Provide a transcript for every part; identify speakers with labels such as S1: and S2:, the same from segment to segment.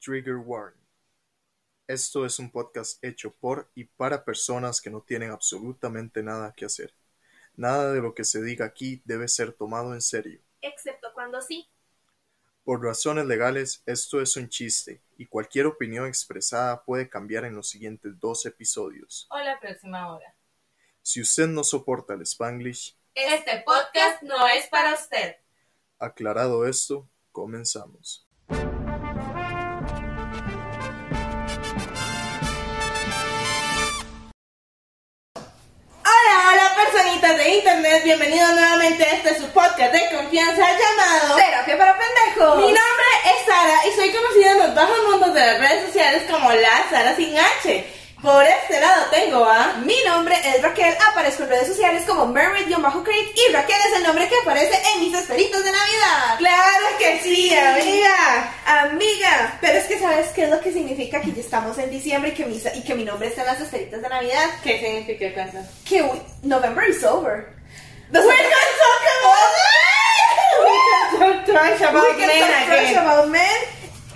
S1: Trigger Warning. Esto es un podcast hecho por y para personas que no tienen absolutamente nada que hacer. Nada de lo que se diga aquí debe ser tomado en serio.
S2: excepto cuando sí.
S1: Por razones legales, esto es un chiste y cualquier opinión expresada puede cambiar en los siguientes dos episodios.
S3: o la próxima hora.
S1: Si usted no soporta el spanglish,
S3: Este podcast no es para usted.
S1: aclarado esto, comenzamos.
S4: Hola, hola personitas de internet, bienvenidos nuevamente a este su podcast de confianza llamado
S2: Pero que para pendejos.
S4: Mi nombre es Sara y soy conocida en los bajos mundos de las redes sociales como la Sara sin H. Por este lado tengo a
S2: Mi nombre es Raquel, aparezco en redes sociales como Mermaid-Creek y Raquel es el nombre que aparece en mis esferitos de Navidad.
S4: Claro que sí, amiga.
S2: Amiga, pero es que sabes qué es lo que significa que ya estamos en diciembre y que, mis- y que mi nombre está en las esferitas de Navidad.
S4: ¿Qué significa casa?
S2: Que we- November is over.
S4: We can talk about We can talk trash
S2: We
S4: about
S2: can
S4: men
S2: talk trash
S4: again.
S2: about men.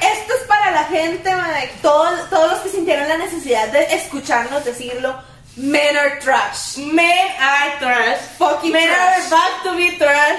S2: Esto es para la gente, madre. Todos, todos los que sintieron la necesidad de escucharnos decirlo. Men are trash.
S4: Men are trash.
S2: Fucking
S4: Men
S2: trash.
S4: are back to be trash.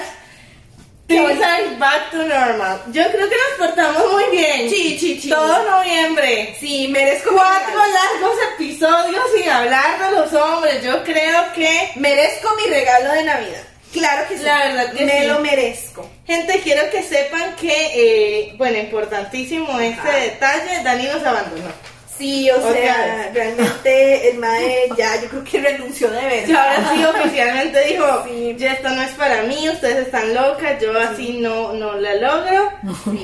S2: Qué
S4: Things
S2: bonito.
S4: are back to normal. Yo creo que nos portamos muy bien.
S2: Sí, sí, sí.
S4: Todo noviembre.
S2: Sí, merezco
S4: Cuatro
S2: mi regalo.
S4: largos episodios sin hablar de los hombres. Yo creo que.
S2: Merezco mi regalo de Navidad. Claro que sí.
S4: La verdad que
S2: Me
S4: sí.
S2: lo merezco.
S4: Gente, quiero que sepan que, eh, bueno, importantísimo este
S2: Ajá.
S4: detalle: Dani nos abandonó.
S2: Sí, o
S4: Otra
S2: sea,
S4: vez.
S2: realmente el mae ya yo creo que renunció de verdad.
S4: Y ahora sí oficialmente dijo,
S2: Sí.
S4: ya esto no es para mí, ustedes están locas, yo así no, no la logro.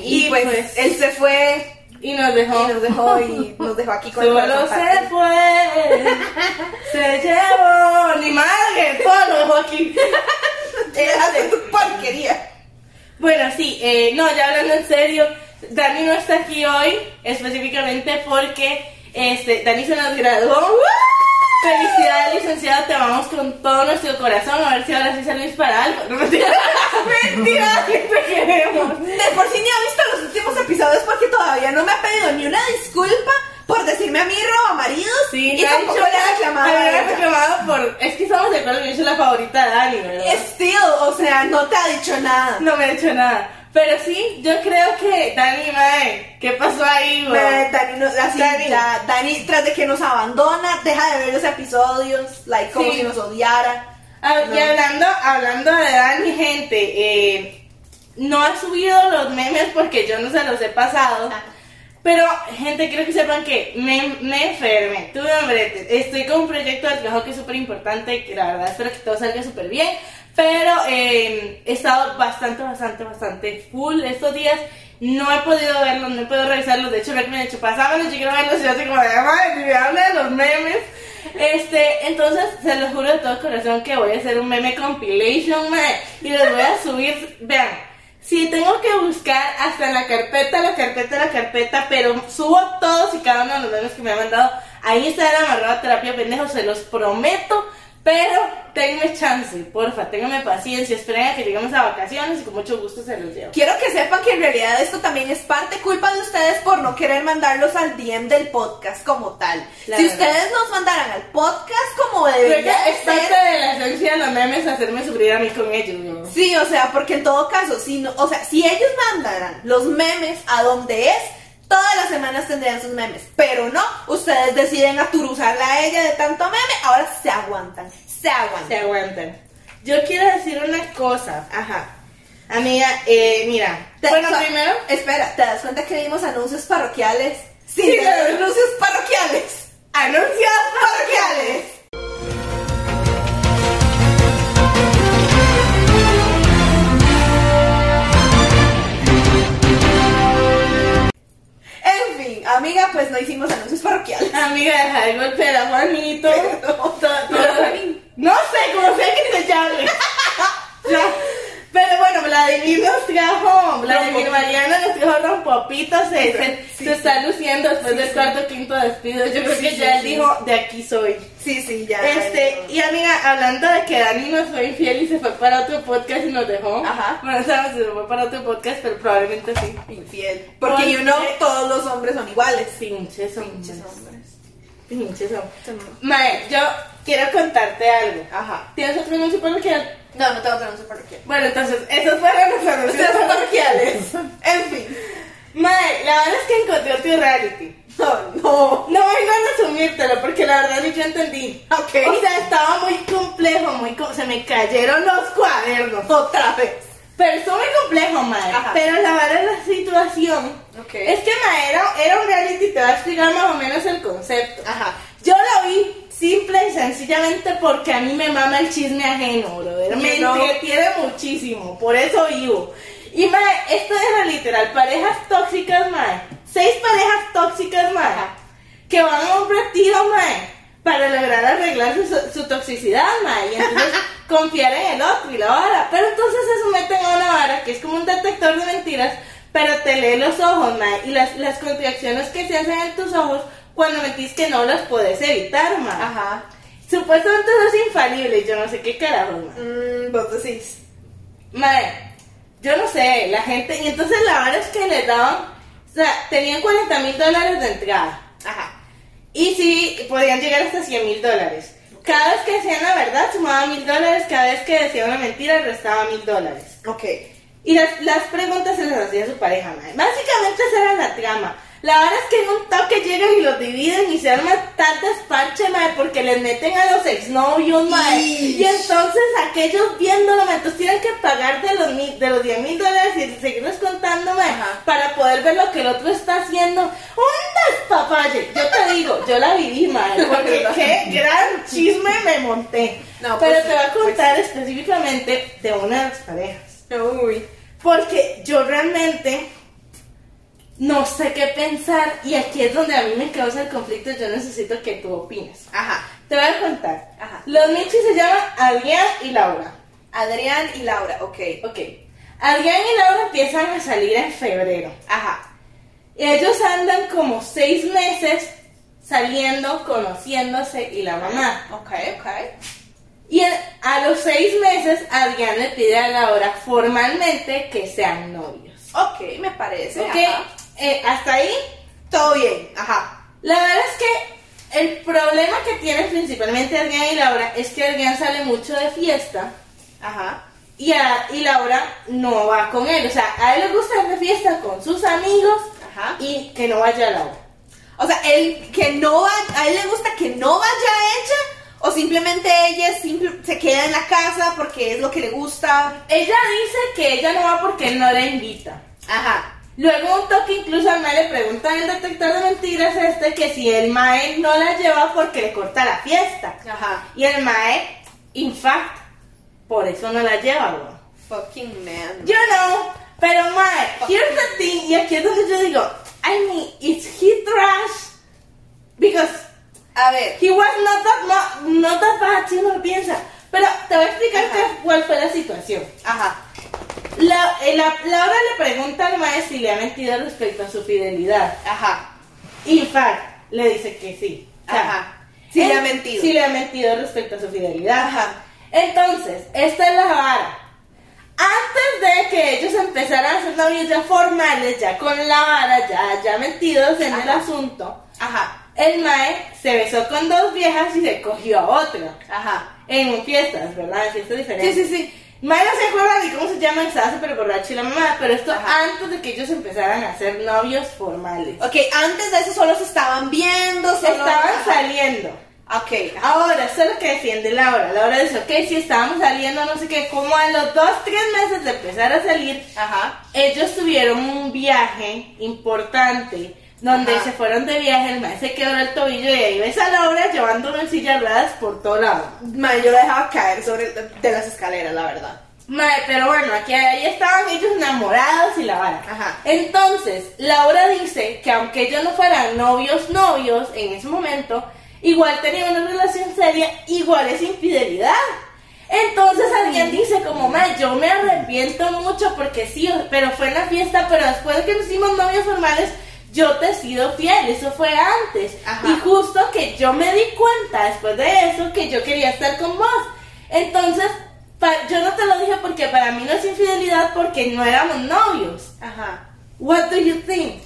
S2: Y, pues, él se fue
S4: y nos dejó.
S2: y nos dejó y nos dejó aquí con el
S4: Solo
S2: corazón
S4: se
S2: partido.
S4: fue, se llevó, ni madre, todo lo dejó aquí.
S2: Eh, hace tu porquería.
S4: Bueno, sí, eh, no, ya hablando en serio, Dani no está aquí hoy, específicamente porque este, Dani se nos graduó. Felicidades, licenciado, te amamos con todo nuestro corazón, a ver si ahora sí salís para algo. No, mentira, mentira, sí te queremos.
S2: De por sí ni ha visto los últimos episodios porque todavía no me ha pedido ni una disculpa por decirme a mí roba maridos
S4: Sí,
S2: y tampoco le ha reclamado.
S4: Me
S2: a
S4: ha
S2: ella.
S4: reclamado por. Es que estamos de acuerdo que yo soy la favorita de Dani, ¿verdad?
S2: Still, o sea, no te ha dicho nada.
S4: No me ha hecho nada. Pero sí, yo creo que. Dani, mae, ¿qué pasó ahí, güey?
S2: Mae, Dani, no- así,
S4: Dani.
S2: ya, Dani, tras de que nos abandona, deja de ver los episodios, like, como
S4: Sí.
S2: si nos odiara.
S4: Ah,
S2: No.
S4: Y hablando, hablando de Dani, gente, eh, no ha subido los memes porque yo no se los he pasado.
S2: Ajá.
S4: Pero, gente, quiero que sepan que me, me enfermé, tuve hambrete. Estoy con un proyecto de trabajo que es súper importante, que la verdad espero que todo salga súper bien. Pero eh, he estado bastante, bastante, bastante full estos días. No he podido verlos, no he podido revisarlos. De hecho, Rick me ha dicho, pasámelos, yo quiero verlos. Y yo así como, de, madre, ni me hable de los memes. Este, entonces, se los juro de todo corazón que voy a hacer un meme compilation, mae, Y los voy a subir, vean. Sí, tengo que buscar hasta la carpeta, la carpeta, la carpeta, pero subo todos y cada uno de los memes que me han mandado a Instagram, arroba terapia pendejo, se los prometo, pero ténganme chance, porfa, ténganme paciencia, esperen a que lleguemos a vacaciones y con mucho gusto se los llevo.
S2: Quiero que sepan que en realidad esto también es parte culpa de ustedes por no querer mandarlos al DM del podcast como tal.
S4: La
S2: si
S4: verdad.
S2: ustedes nos mandaran al podcast como
S4: Creo
S2: debería
S4: que
S2: de
S4: es
S2: ser,
S4: parte de la esencia de los memes hacerme sufrir a mí con ellos, ¿no?
S2: Sí, o sea, porque en todo caso, si no- o sea, si ellos mandaran los memes a donde es, todas las semanas tendrían sus memes. Pero no, ustedes deciden aturuzarla a ella de tanto meme, ahora se aguantan, se aguantan.
S4: Se aguantan. Yo quiero decir una cosa, ajá. Amiga, eh, mira, bueno,
S2: o sea,
S4: primero...
S2: Espera, ¿te das cuenta que vimos anuncios parroquiales? Sí,
S4: Sí,
S2: tener
S4: claro.
S2: anuncios parroquiales.
S4: Anuncios
S2: parroquiales. En fin, amiga, pues no hicimos anuncios parroquiales.
S4: Amiga, deja de golpear a Juanito. To- to-
S2: Juanín.
S4: No sé, como sea que se llame. Ya. Pero bueno, Vladimir nos trajo, Vladimir
S2: Rompopitos.
S4: Mariana nos trajo rompopitos, se, se,
S2: Sí,
S4: se
S2: sí.
S4: está luciendo después
S2: Sí,
S4: del
S2: sí.
S4: cuarto quinto despido, yo creo que
S2: Sí,
S4: ya él
S2: sí.
S4: dijo, de aquí soy.
S2: Sí, sí, ya.
S4: Este, y amiga, hablando de que Dani nos fue infiel y se fue para otro podcast y nos dejó.
S2: Ajá.
S4: Bueno, sabemos si se fue para otro podcast, pero probablemente sí.
S2: Infiel. Porque, you
S4: Porque-
S2: know, todos los hombres son iguales. Este
S4: Pinches hombres.
S2: Muchos hombres.
S4: Pinches hombres. Mae, yo quiero contarte algo.
S2: Ajá.
S4: ¿Tienes otro anuncio parroquial?
S2: No, no tengo otro anuncio parroquial.
S4: Bueno, entonces, esos fueron los anuncios
S2: Ustedes son
S4: parroquiales.
S2: parroquiales. En fin.
S4: Mae, la verdad es que encontré otro reality.
S2: No, no.
S4: No vengo a resumírtelo porque la verdad ni yo entendí.
S2: Ok.
S4: O sea, estaba muy complejo, muy co- se me cayeron los cuadernos.
S2: Otra vez.
S4: Pero estuvo muy complejo, mae.
S2: Ajá.
S4: Pero la verdad la situación
S2: Ok.
S4: es que mae era, era un reality, te voy a explicar más o menos el concepto.
S2: Ajá.
S4: Yo lo vi simple y sencillamente porque a mí me mama el chisme ajeno, brother. Me
S2: You know.
S4: entretiene muchísimo, por eso vivo. Y mae, esto era literal, parejas tóxicas, mae. Seis parejas tóxicas, mae. Que van a un retiro, mae. Para lograr arreglar su, su toxicidad, mae. Y entonces confiar en el otro y la vara. Pero entonces se someten a una vara que es como un detector de mentiras, pero te lee los ojos, mae. Y las, las contracciones que se hacen en tus ojos cuando mentís que no las podés evitar, mae.
S2: Ajá.
S4: Supuestamente eso es infalible, yo no sé qué carajo, mae.
S2: Mm, vos decís.
S4: Madre, yo no sé, la gente. Y entonces la verdad es que les daban. O sea, tenían 40 mil dólares de entrada.
S2: Ajá.
S4: Y sí, podían llegar hasta 100 mil dólares. Cada vez que decían la verdad sumaban mil dólares, cada vez que decían una mentira restaba mil dólares.
S2: Ok.
S4: Y las, las preguntas se las hacía su pareja, madre. Básicamente esa era la trama. La verdad es que en un toque llegan y los dividen y se arma tal desparche, madre, porque les meten a los exnovios, madre.
S2: Ish.
S4: Y entonces aquellos viéndolo, madre, entonces tienen que pagar de los, mil- de los 10 mil dólares y seguirles contando, madre,
S2: Ajá.
S4: para poder ver lo que el otro está haciendo. ¡Un despapalle! Yo te digo, yo la viví, madre, porque qué gran chisme me monté.
S2: No,
S4: Pero
S2: pues
S4: te
S2: sí,
S4: voy a
S2: pues
S4: contar específicamente de una de las parejas.
S2: Uy.
S4: Porque yo realmente no sé qué pensar y aquí es donde a mí me causa el conflicto, yo necesito que tú opinas.
S2: Ajá.
S4: Te voy a contar.
S2: Ajá.
S4: Los Michis se llaman Adrián y Laura.
S2: Adrián y Laura. Ok.
S4: Ok. Adrián y Laura empiezan a salir en febrero.
S2: Ajá.
S4: Y ellos andan como seis meses saliendo, conociéndose y la mamá.
S2: Ah, Ok, ok.
S4: Y en- a los seis meses Adrián le pide a Laura formalmente que sean novios.
S2: Ok, me parece.
S4: Ok,
S2: ajá.
S4: eh, hasta ahí.
S2: Todo bien. Ajá.
S4: La verdad es que el problema que tienen principalmente Adrián y Laura es que Adrián sale mucho de fiesta
S2: Ajá.
S4: y, a- y Laura no va con él. O sea, a él le gusta ir de fiesta con sus amigos
S2: Ajá.
S4: y que no vaya Laura.
S2: O sea, él que no va, a él le gusta que no vaya ella o simplemente ella simple- se queda en la casa porque es lo que le gusta.
S4: Ella dice que ella no va porque él no la invita.
S2: Ajá.
S4: Luego un toque incluso a Mae le preguntan al detector de mentiras este que si el Mae no la lleva porque le corta la fiesta.
S2: Ajá.
S4: Y el Mae, in fact, por eso no la lleva, weón.
S2: Fucking man.
S4: You know, pero mae, here's the thing, y aquí es donde yo digo, I mean, is he trash? Because
S2: A ver.
S4: he was not that, mu- not that bad, si uno lo piensa. Pero te voy a explicar
S2: Ajá.
S4: qué- cuál fue la situación.
S2: Ajá.
S4: La, eh, la- Laura le pregunta al mae si le ha mentido respecto a su fidelidad.
S2: Ajá.
S4: Y en fact, le dice que sí. O sea,
S2: Ajá. Sí le
S4: él
S2: ha mentido.
S4: Sí le ha mentido respecto a su fidelidad.
S2: Ajá.
S4: Entonces, esta es la vara. Antes de que ellos empezaran a ser novios ya formales, ya con la vara, ya, ya metidos en el
S2: Ajá.
S4: asunto,
S2: Ajá.
S4: el Mae se besó con dos viejas y se cogió a otra.
S2: Ajá.
S4: En fiestas, ¿verdad? En fiestas
S2: Sí,
S4: diferentes.
S2: sí, sí.
S4: Mae no se acuerda ni cómo se llama, estaba súper borracho y la mamá, pero esto
S2: Ajá.
S4: antes de que ellos empezaran a ser novios formales.
S2: Ok, antes de eso solo se estaban viendo, solo
S4: Estaban
S2: Ajá.
S4: saliendo.
S2: Ok, ajá.
S4: Ahora, eso es lo que defiende Laura. Laura dice, ok, si estábamos saliendo, no sé qué, como a los dos, tres meses de empezar a salir,
S2: Ajá.
S4: ellos tuvieron un viaje importante, donde
S2: Ajá.
S4: se fueron de viaje, el maestro se quebró el tobillo y ahí ves a Laura llevándolo en silla de ruedas por todo lado.
S2: Man, yo la dejaba caer sobre de las escaleras, la verdad.
S4: Mae, pero bueno, aquí ahí estaban ellos enamorados y la vara.
S2: Ajá.
S4: Entonces, Laura dice que aunque ellos no fueran novios, novios en ese momento, igual tenían una relación seria, igual es infidelidad. Entonces alguien dice como, ma, yo me arrepiento mucho porque sí, pero fue en la fiesta, pero después que nos hicimos novios formales, yo te he sido fiel, eso fue antes.
S2: Ajá.
S4: Y justo que yo me di cuenta después de eso que yo quería estar con vos. Entonces, pa- yo no te lo dije porque para mí no es infidelidad porque no éramos novios.
S2: Ajá.
S4: What do you think?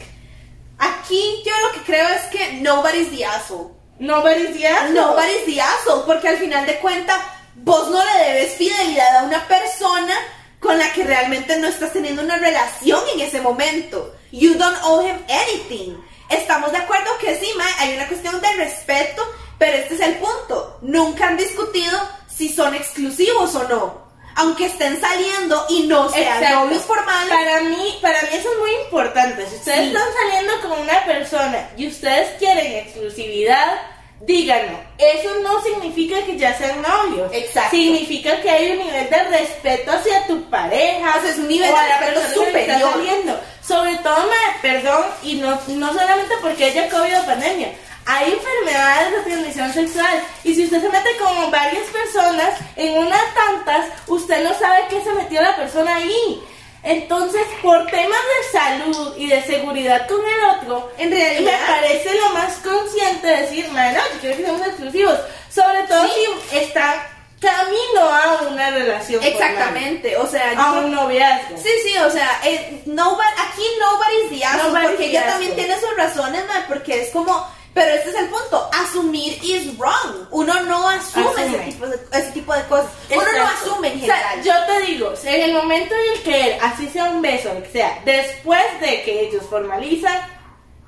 S2: Aquí yo lo que creo es que nobody's the asshole.
S4: Nobody's the asshole.
S2: Nobody's the asshole, porque al final de cuentas, vos no le debes fidelidad a una persona con la que realmente no estás teniendo una relación en ese momento. You don't owe him anything. Estamos de acuerdo que sí, mae, hay una cuestión de respeto, pero este es el punto. Nunca han discutido si son exclusivos o no. Aunque estén saliendo y no sean
S4: Exacto.
S2: novios formales.
S4: Para mí, para mí eso es muy importante. Si ustedes
S2: Sí.
S4: están saliendo con una persona y ustedes quieren exclusividad, díganlo. Eso no significa que ya sean novios.
S2: Exacto.
S4: Significa que hay un nivel de respeto hacia tu pareja.
S2: O sea, es un nivel
S4: o
S2: de
S4: a la
S2: respeto
S4: persona que está
S2: superior.
S4: saliendo. Sobre todo, ma, perdón, y no, no solamente porque haya COVID o pandemia. Hay enfermedades de transmisión sexual y si usted se mete con varias personas, en unas tantas, usted no sabe qué se metió la persona ahí. Entonces, por temas de salud y de seguridad con el otro,
S2: En realidad-
S4: me parece lo más consciente decir, "Ma, no, yo quiero que seamos exclusivos, sobre todo si está camino a una relación. formal,
S2: Exactamente, o sea,
S4: a
S2: yo-
S4: un noviazgo.
S2: Sí, sí, o sea, eh, nobo- aquí nobody's the asshole,
S4: Nobody's
S2: porque
S4: the
S2: ella
S4: asshole.
S2: también tiene sus razones, mae, porque es como, pero este es el punto, asumir is wrong, uno no asume, Ese,
S4: Asume.
S2: tipo de, ese tipo de cosas, uno no
S4: Exacto.
S2: asume en
S4: O sea,
S2: general.
S4: yo te digo, si en el momento en el que él, así sea un beso, lo que sea, después de que ellos formalizan,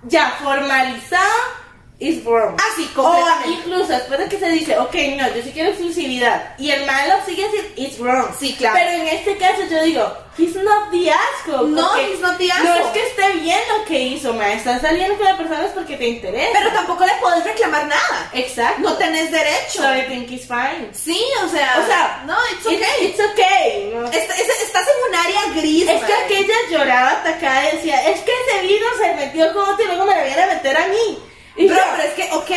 S4: ya formalizado is wrong.
S2: Así, Ah, completamente.
S4: O incluso después de que se dice, ok, no, yo sí quiero exclusividad, y el malo sigue diciendo, it's wrong.
S2: Sí, claro.
S4: Pero en este caso yo digo, he's not the asshole.
S2: No,
S4: porque
S2: he's not the
S4: No
S2: asshole.
S4: es que esté bien lo que hizo, ma, estás saliendo con la persona es porque te interesa.
S2: pero tampoco le podés reclamar nada,
S4: Exacto.
S2: no tenés derecho.
S4: So I think it's fine.
S2: Sí, o sea,
S4: O sea,
S2: no, it's okay.
S4: It's, it's okay. no.
S2: Est- es- estás en un área gris.
S4: Es que
S2: mae.
S4: aquella lloraba atacada y decía, es que ese vino se metió con otro y luego me la viene a meter a mí. Y
S2: Bro,
S4: yo-
S2: pero es que, ok,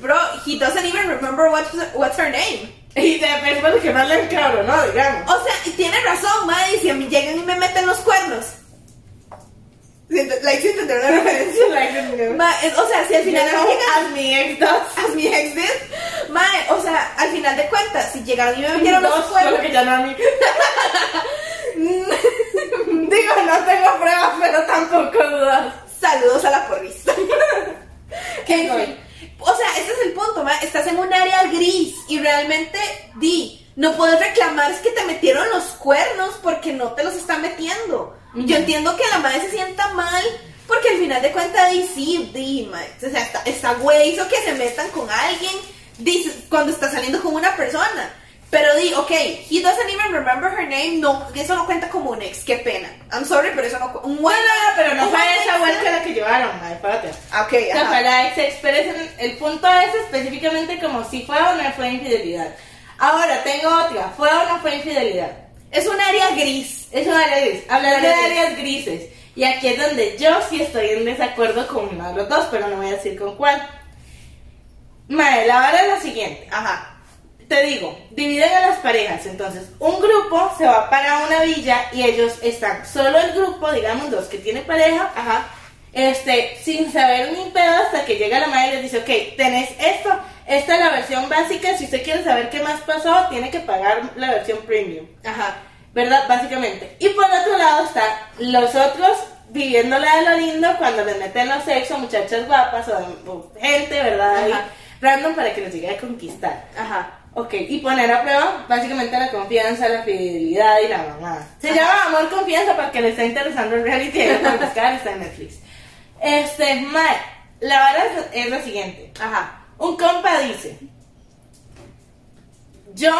S2: bro, he doesn't even remember what's, what's her name.
S4: y de después de quemarle el cabro, ¿no? Digamos.
S2: O sea, y tiene razón, madre, y si a mí llegan y me meten los cuernos. Siento- Like, si entender la referencia. Ma, es- o sea, si al
S4: Al
S2: final
S4: final
S2: a mí llegan-
S4: a mi ex dos.
S2: as mi ex did, madre, o sea, al final de cuentas, si llegaron y me metieron los
S4: Dos, solo
S2: cuernos,
S4: que ya no a mí.
S2: digo, no tengo pruebas, pero tampoco.
S4: Con dudas.
S2: Saludos a la porrista.
S4: Qué
S2: En fin. O sea, este es el punto, ma, estás en un área gris y realmente di. No puedes reclamar es que te metieron los cuernos porque no te los están metiendo. Yo entiendo que la madre se sienta mal porque al final de cuentas di sí, di, ma, O sea, está, está güey, hizo que se metan con alguien di, cuando está saliendo con una persona. Pero di, ok, he doesn't even remember her name, no, eso no cuenta como un ex, qué pena. I'm sorry, pero eso no cuenta. Un buen-
S4: Bueno, no, pero no
S2: un
S4: fue
S2: buen
S4: esa
S2: ex,
S4: vuelta la que llevaron, madre, espérate.
S2: Ah, Ok,
S4: O sea,
S2: ajá.
S4: para ex expresen el punto es específicamente como si fue o no fue infidelidad. Ahora tengo otra, fue o no fue infidelidad.
S2: Es un área gris.
S4: Es un área gris. Hablar de
S2: Área gris.
S4: áreas grises. Y aquí es donde yo sí estoy en desacuerdo con uno de los dos, pero no voy a decir con cuál. Madre, la vara es la siguiente.
S2: Ajá.
S4: Te digo, dividen a las parejas. Entonces, un grupo se va para una villa y ellos están, solo el grupo, digamos, los que tienen pareja,
S2: Ajá.
S4: este, sin saber ni pedo hasta que llega la madre y les dice, ok, tenés esto, esta es la versión básica, si usted quiere saber qué más pasó, tiene que pagar la versión premium.
S2: Ajá.
S4: ¿verdad? Básicamente. Y por otro lado está los otros viviendo la de lo lindo cuando les meten los sexos, muchachas guapas o, o gente, ¿verdad? Ahí,
S2: Ajá.
S4: random para que los llegue a conquistar.
S2: Ajá.
S4: Ok, y poner a prueba básicamente la confianza, la fidelidad y la mamá. Se llama Amor Confianza para que le está interesando el reality de buscar, está en Netflix. Este, Mar, la vara es- es la siguiente.
S2: Ajá.
S4: Un compa dice, yo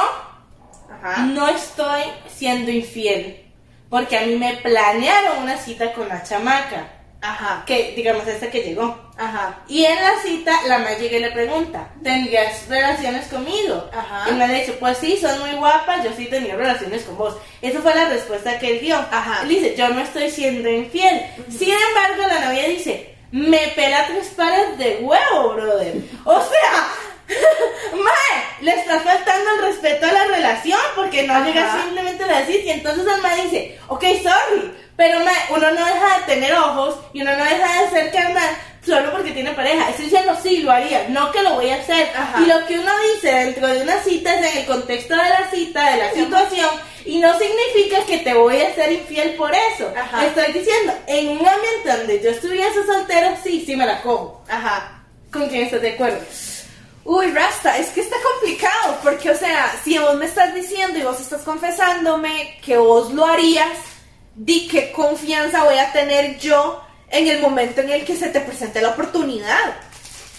S2: Ajá.
S4: no estoy siendo infiel porque a mí me planearon una cita con la chamaca,
S2: Ajá.
S4: que digamos esta que llegó.
S2: Ajá.
S4: Y en la cita la mamá llega y le pregunta, ¿tendrías relaciones conmigo?
S2: Ajá.
S4: Y me le dice, pues sí, sos muy guapa, yo sí tenía relaciones con vos. Esa fue la respuesta que él dio.
S2: Ajá.
S4: Él dice, yo no estoy siendo infiel. Sin embargo, la novia dice, me pela tres pares de huevo, brother. O sea, mae, le está faltando el respeto a la porque no llega
S2: Ajá.
S4: simplemente a decir. Y entonces el mae dice, ok, sorry. Pero mae, uno no deja de tener ojos y uno no deja de ser carnal solo porque tiene pareja. Estoy diciendo, sí, lo haría, no que lo voy a hacer.
S2: Ajá.
S4: Y lo que uno dice dentro de una cita es en el contexto de la cita, de la situación. Y no significa que te voy a ser infiel por eso.
S2: Ajá.
S4: Estoy diciendo, en un ambiente donde yo estuviese soltero, sí, sí me la cojo.
S2: Ajá.
S4: ¿Con quién estás de acuerdo?
S2: Uy, Rasta, es que está complicado, porque, o sea, si vos me estás diciendo y vos estás confesándome que vos lo harías, di qué confianza voy a tener yo en el momento en el que se te presente la oportunidad.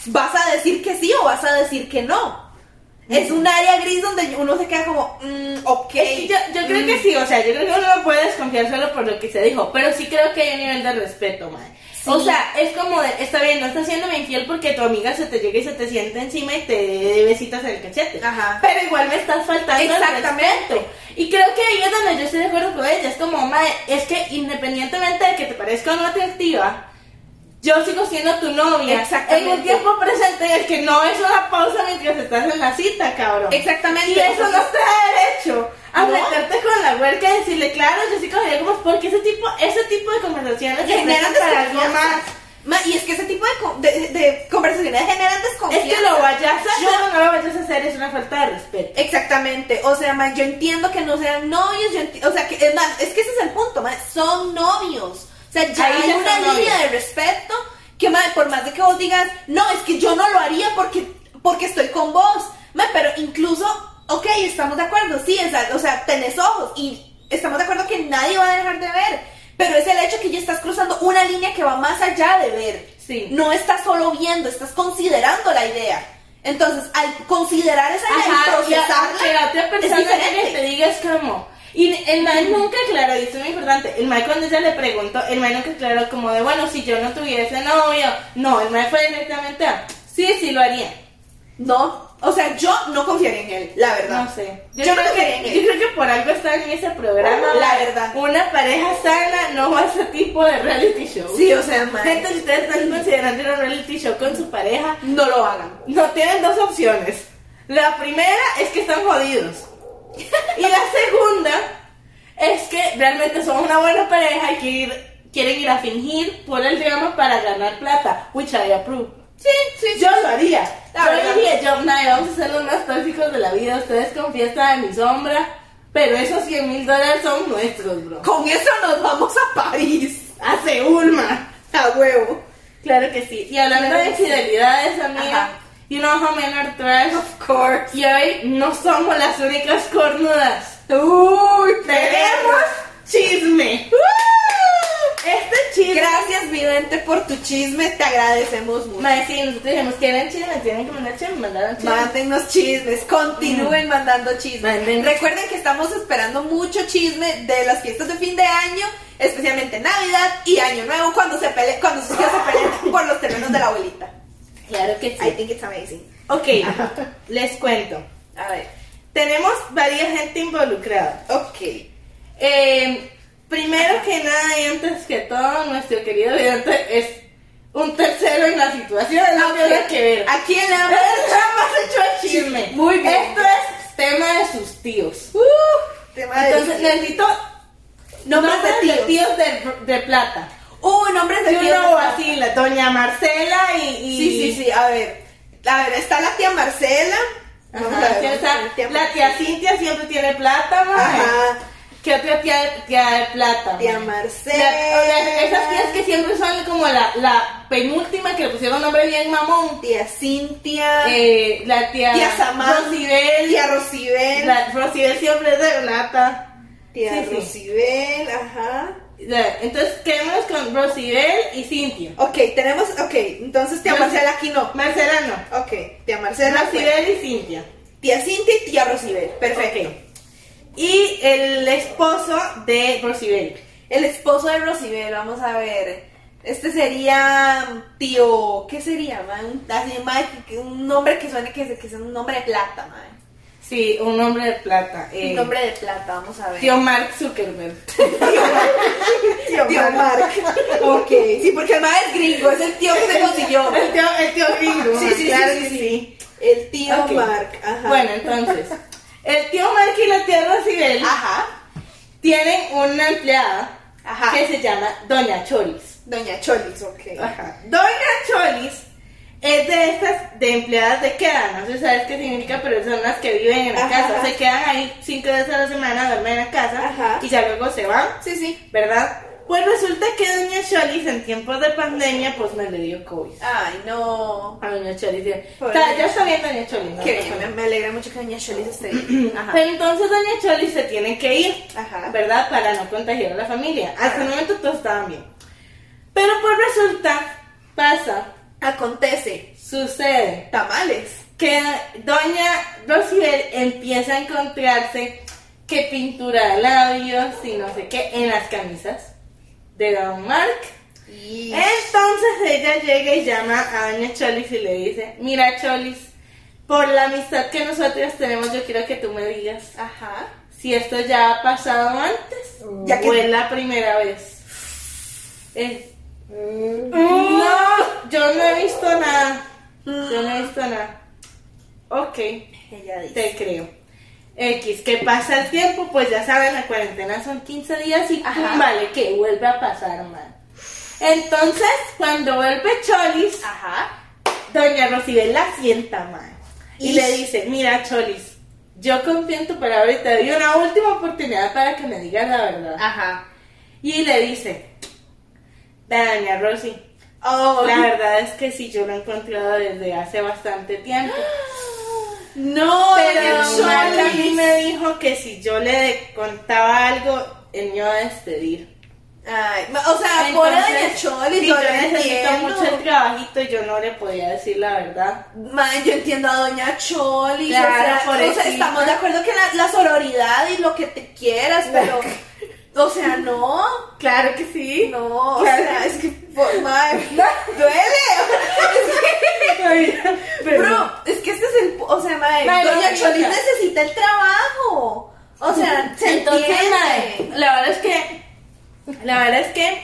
S2: ¿Vas a decir que sí o vas a decir que no? Es un área gris donde uno se queda como, mm, ok. Mm.
S4: Es que yo, yo creo que sí, o sea, yo creo que uno no puede desconfiar solo por lo que se dijo, pero sí creo que hay un nivel de respeto, madre. O
S2: Sí.
S4: sea, es como, de, está bien, no estás siendo infiel porque tu amiga se te llega y se te sienta encima y te dé besitos en el cachete.
S2: Ajá.
S4: Pero igual me estás faltando Exactamente.
S2: Exactamente.
S4: Y creo que ahí es donde yo estoy de acuerdo con ella. Es como, madre, es que independientemente de que te parezca o no atractiva, yo sigo siendo tu novia.
S2: Exactamente.
S4: En el tiempo presente en el que no es una pausa mientras estás en la cita, cabrón.
S2: Exactamente.
S4: Y eso no te da derecho a
S2: No.
S4: meterte con la huerca y decirle, claro, yo sí cogería como porque ese tipo, ese tipo de conversaciones te
S2: generan
S4: prestan para algo
S2: desconfianza.
S4: más.
S2: Ma, y es que ese tipo de, co- de- de conversaciones generan
S4: Es
S2: desconfianza.
S4: que lo vayas a hacer
S2: Yo-
S4: o no lo vayas a hacer, es una falta de respeto.
S2: Exactamente, o sea, ma, yo entiendo que no sean novios, yo enti- o sea, que, es más, es que ese es el punto, ma, son novios, o sea, ya
S4: Ahí
S2: hay
S4: ya
S2: una
S4: son novios.
S2: línea de respeto que, ma, por más de que vos digas, no, es que yo no lo haría porque, porque estoy con vos, ma, pero incluso, ok, estamos de acuerdo, sí, esa- o sea, tenés ojos y estamos de acuerdo que nadie va a dejar de ver, pero es el hecho que ya estás cruzando una línea que va más allá de ver,
S4: Sí.
S2: no estás solo viendo, estás considerando la idea. Entonces, al considerar esa y
S4: y a-
S2: procesarla
S4: que la otra persona
S2: es
S4: que te
S2: diferente.
S4: diga es como. Y el Mike nunca aclaró, y esto es muy importante. El Mike, cuando ella le preguntó, el Mike nunca aclaró, como de bueno, si yo no tuviese novio. No, el Mike fue directamente a, sí, sí lo haría.
S2: No, o sea, yo no confiaría en él, la verdad.
S4: No sé.
S2: Yo, no confiaría en
S4: yo
S2: él.
S4: creo que por algo están en ese programa.
S2: La verdad.
S4: Una pareja sana no va a ese tipo de reality show.
S2: Sí, o sea, ma,
S4: Gente, si ustedes están considerando ir a un reality show con su pareja,
S2: no lo hagan.
S4: no tienen dos opciones. La primera es que están jodidos. Y la segunda es que realmente son una buena pareja y quieren ir, quieren ir a fingir por el drama para ganar plata, which I approve.
S2: Sí, sí,
S4: Yo lo haría.
S2: La verdad.
S4: yo diría, yo, nadie, vamos a ser los más tóxicos de la vida. Ustedes con fiesta de mi sombra. Pero esos 100 mil dólares son nuestros, bro.
S2: Con eso nos vamos a París.
S4: A Seúl, ma.
S2: A huevo.
S4: Claro que sí. Y hablando de infidelidades, amiga.
S2: Ajá.
S4: You know how men are trash.
S2: Of course.
S4: Y hoy no somos las únicas cornudas.
S2: Uy,
S4: Tenemos chisme. Este chisme.
S2: Gracias, vidente, por tu chisme. Te agradecemos mucho.
S4: Ma, sí, nosotros dijimos, ¿quieren chisme? ¿Tienen que mandar chisme? Mandaron chisme.
S2: Mándennos chismes, continúen mandando chismes.
S4: Mm. Manden.
S2: Recuerden que estamos esperando mucho chisme de las fiestas de fin de año, especialmente Navidad y Año Nuevo, cuando se pele- cuando sus hijos se peleen por los terrenos de la abuelita.
S4: Claro que
S2: I
S4: sí.
S2: think it's amazing.
S4: Ok, les cuento.
S2: A ver,
S4: Tenemos varias gente involucrada.
S2: ok.
S4: Eh, primero que nada y antes que todo, nuestro querido vidente es un tercero en la situación, no tiene nada que ver.
S2: ¿A quién le vamos
S4: Pero jamás he hecho el chisme.
S2: Muy bien.
S4: Esto es tema de sus tíos.
S2: Uh, tema de-
S4: Entonces necesito
S2: Nombres de
S4: nombres
S2: tíos.
S4: de, de plata.
S2: Uh, nombres de
S4: Y
S2: tíos.
S4: uno así, la doña Marcela y... y-
S2: Sí, sí, sí, a ver. A ver, está la tía Marcela.
S4: Ajá,
S2: Vamos a ver,
S4: sí, o
S2: vamos
S4: sea,
S2: a ver,
S4: la tía Cintia siempre tiene plata, ma.
S2: Ajá.
S4: ¿Qué otra tía, tía de plata?
S2: Tía
S4: ma?
S2: Marcela.
S4: La- o sea, esas tías que siempre son como la, la penúltima que le pusieron nombre bien mamón.
S2: Tía Cintia.
S4: Eh, la tía.
S2: Tía Samantha.
S4: Rosibel.
S2: Tía Rosibel.
S4: La- Rosibel siempre es de plata.
S2: Tía
S4: Sí, sí.
S2: Rosibel, ajá.
S4: La- Entonces quedémonos con Rosibel y Cintia.
S2: Ok, tenemos, ok, entonces tía
S4: Rosy-
S2: Marcela aquí no.
S4: Marcela no.
S2: Ok, tía Marcela. fue.
S4: Rosibel y Cintia.
S2: Tía Cintia y tía Rosibel. Perfecto.
S4: Ok. Y el esposo de Rosibel.
S2: El esposo de Rosibel, vamos a ver. Este sería mm, tío, ¿qué sería? ma? Un, así, ma, que- que un nombre que suene que, se- que sea un nombre de plata, ma.
S4: Sí, un hombre de plata.
S2: Un
S4: eh,
S2: nombre de plata, vamos a ver.
S4: Tío Mark Zuckerberg.
S2: tío, Mark. ok, sí, porque el ma es gringo, es el tío que se consiguió.
S4: El tío, el tío gringo.
S2: Sí, sí,
S4: claro
S2: sí,
S4: que
S2: sí, El tío
S4: Ok.
S2: Mark, ajá.
S4: Bueno, entonces, El tío Mark y la tía Rosibel
S2: Ah. Ajá,
S4: tienen una empleada
S2: Ajá.
S4: que se llama Doña Cholis.
S2: Doña Cholis, ok.
S4: Ajá. Doña Cholis es de estas de empleadas de queda, no sé sabes qué significa, pero son las que viven en la
S2: Ajá,
S4: casa,
S2: ajá.
S4: se quedan ahí cinco veces a la semana, duermen en la casa
S2: Ajá.
S4: y ya luego se van,
S2: Sí, sí.
S4: ¿verdad? Pues resulta que Doña Cholis en tiempos de pandemia pues no le dio COVID.
S2: Ay, no.
S4: A Doña Cholis, ya
S2: Pobre.
S4: está, ya está bien Doña Cholis. ¿no?
S2: Qué bien, me, me alegra mucho que Doña Cholis esté bien. Ajá.
S4: Pero entonces Doña Cholis se tiene que ir,
S2: Ajá.
S4: ¿verdad? Para no contagiar a la familia. Hasta el momento todos estaban bien. Pero pues resulta, pasa,
S2: Acontece.
S4: sucede
S2: Tamales.
S4: que Doña Rosibel empieza a encontrarse que pintura de labios y no sé qué en las camisas de Don Mark.
S2: Y...
S4: Entonces ella llega y llama a Doña Cholis y le dice, mira Cholis, por la amistad que nosotros tenemos, yo quiero que tú me digas
S2: Ajá.
S4: si esto ya ha pasado antes
S2: Ya que-
S4: o es la primera vez. Eh, No, yo no he visto nada. Yo no he visto nada. Ok,
S2: Ella dice.
S4: te creo. X, que pasa el tiempo, pues ya saben, la cuarentena son 15 días y
S2: Ajá.
S4: pum, vale, que vuelve a pasar mal. Entonces, cuando vuelve Cholis,
S2: Ajá.
S4: Doña Rosibel la sienta mal y,
S2: Y-
S4: le dice, mira Cholis, yo confío en tu palabra y te doy una última oportunidad para que me digas la verdad.
S2: Ajá.
S4: Y le dice, "Vea, Doña Rosy,
S2: Oh,
S4: la verdad es que sí, yo lo he encontrado desde hace bastante tiempo.
S2: no,
S4: Pero
S2: Doña
S4: Don Mark a mí
S2: Cholis.
S4: me dijo que si yo le contaba algo, él me iba a despedir.
S2: Ay, ma- o sea, por Doña
S4: Entonces,
S2: Cholis,
S4: sí,
S2: yo
S4: yo
S2: la
S4: necesito
S2: entiendo.
S4: mucho el trabajito y yo no le podía decir la verdad.
S2: Man, yo entiendo a Doña Cholis.
S4: Claro,
S2: o, sea, o sea,
S4: pobrecita.
S2: estamos de acuerdo que la, la sororidad y lo que te quieras, pero. O sea, no.
S4: Claro que sí.
S2: No, o
S4: Claro.
S2: sea, es que. por- man, duele. Bro, es que este es el. O sea, mae,
S4: Mae,
S2: Doña
S4: no,
S2: Cholis
S4: mija.
S2: necesita el trabajo. O sea, se
S4: Entonces,
S2: entiende.
S4: mae, la verdad es que, la verdad es que,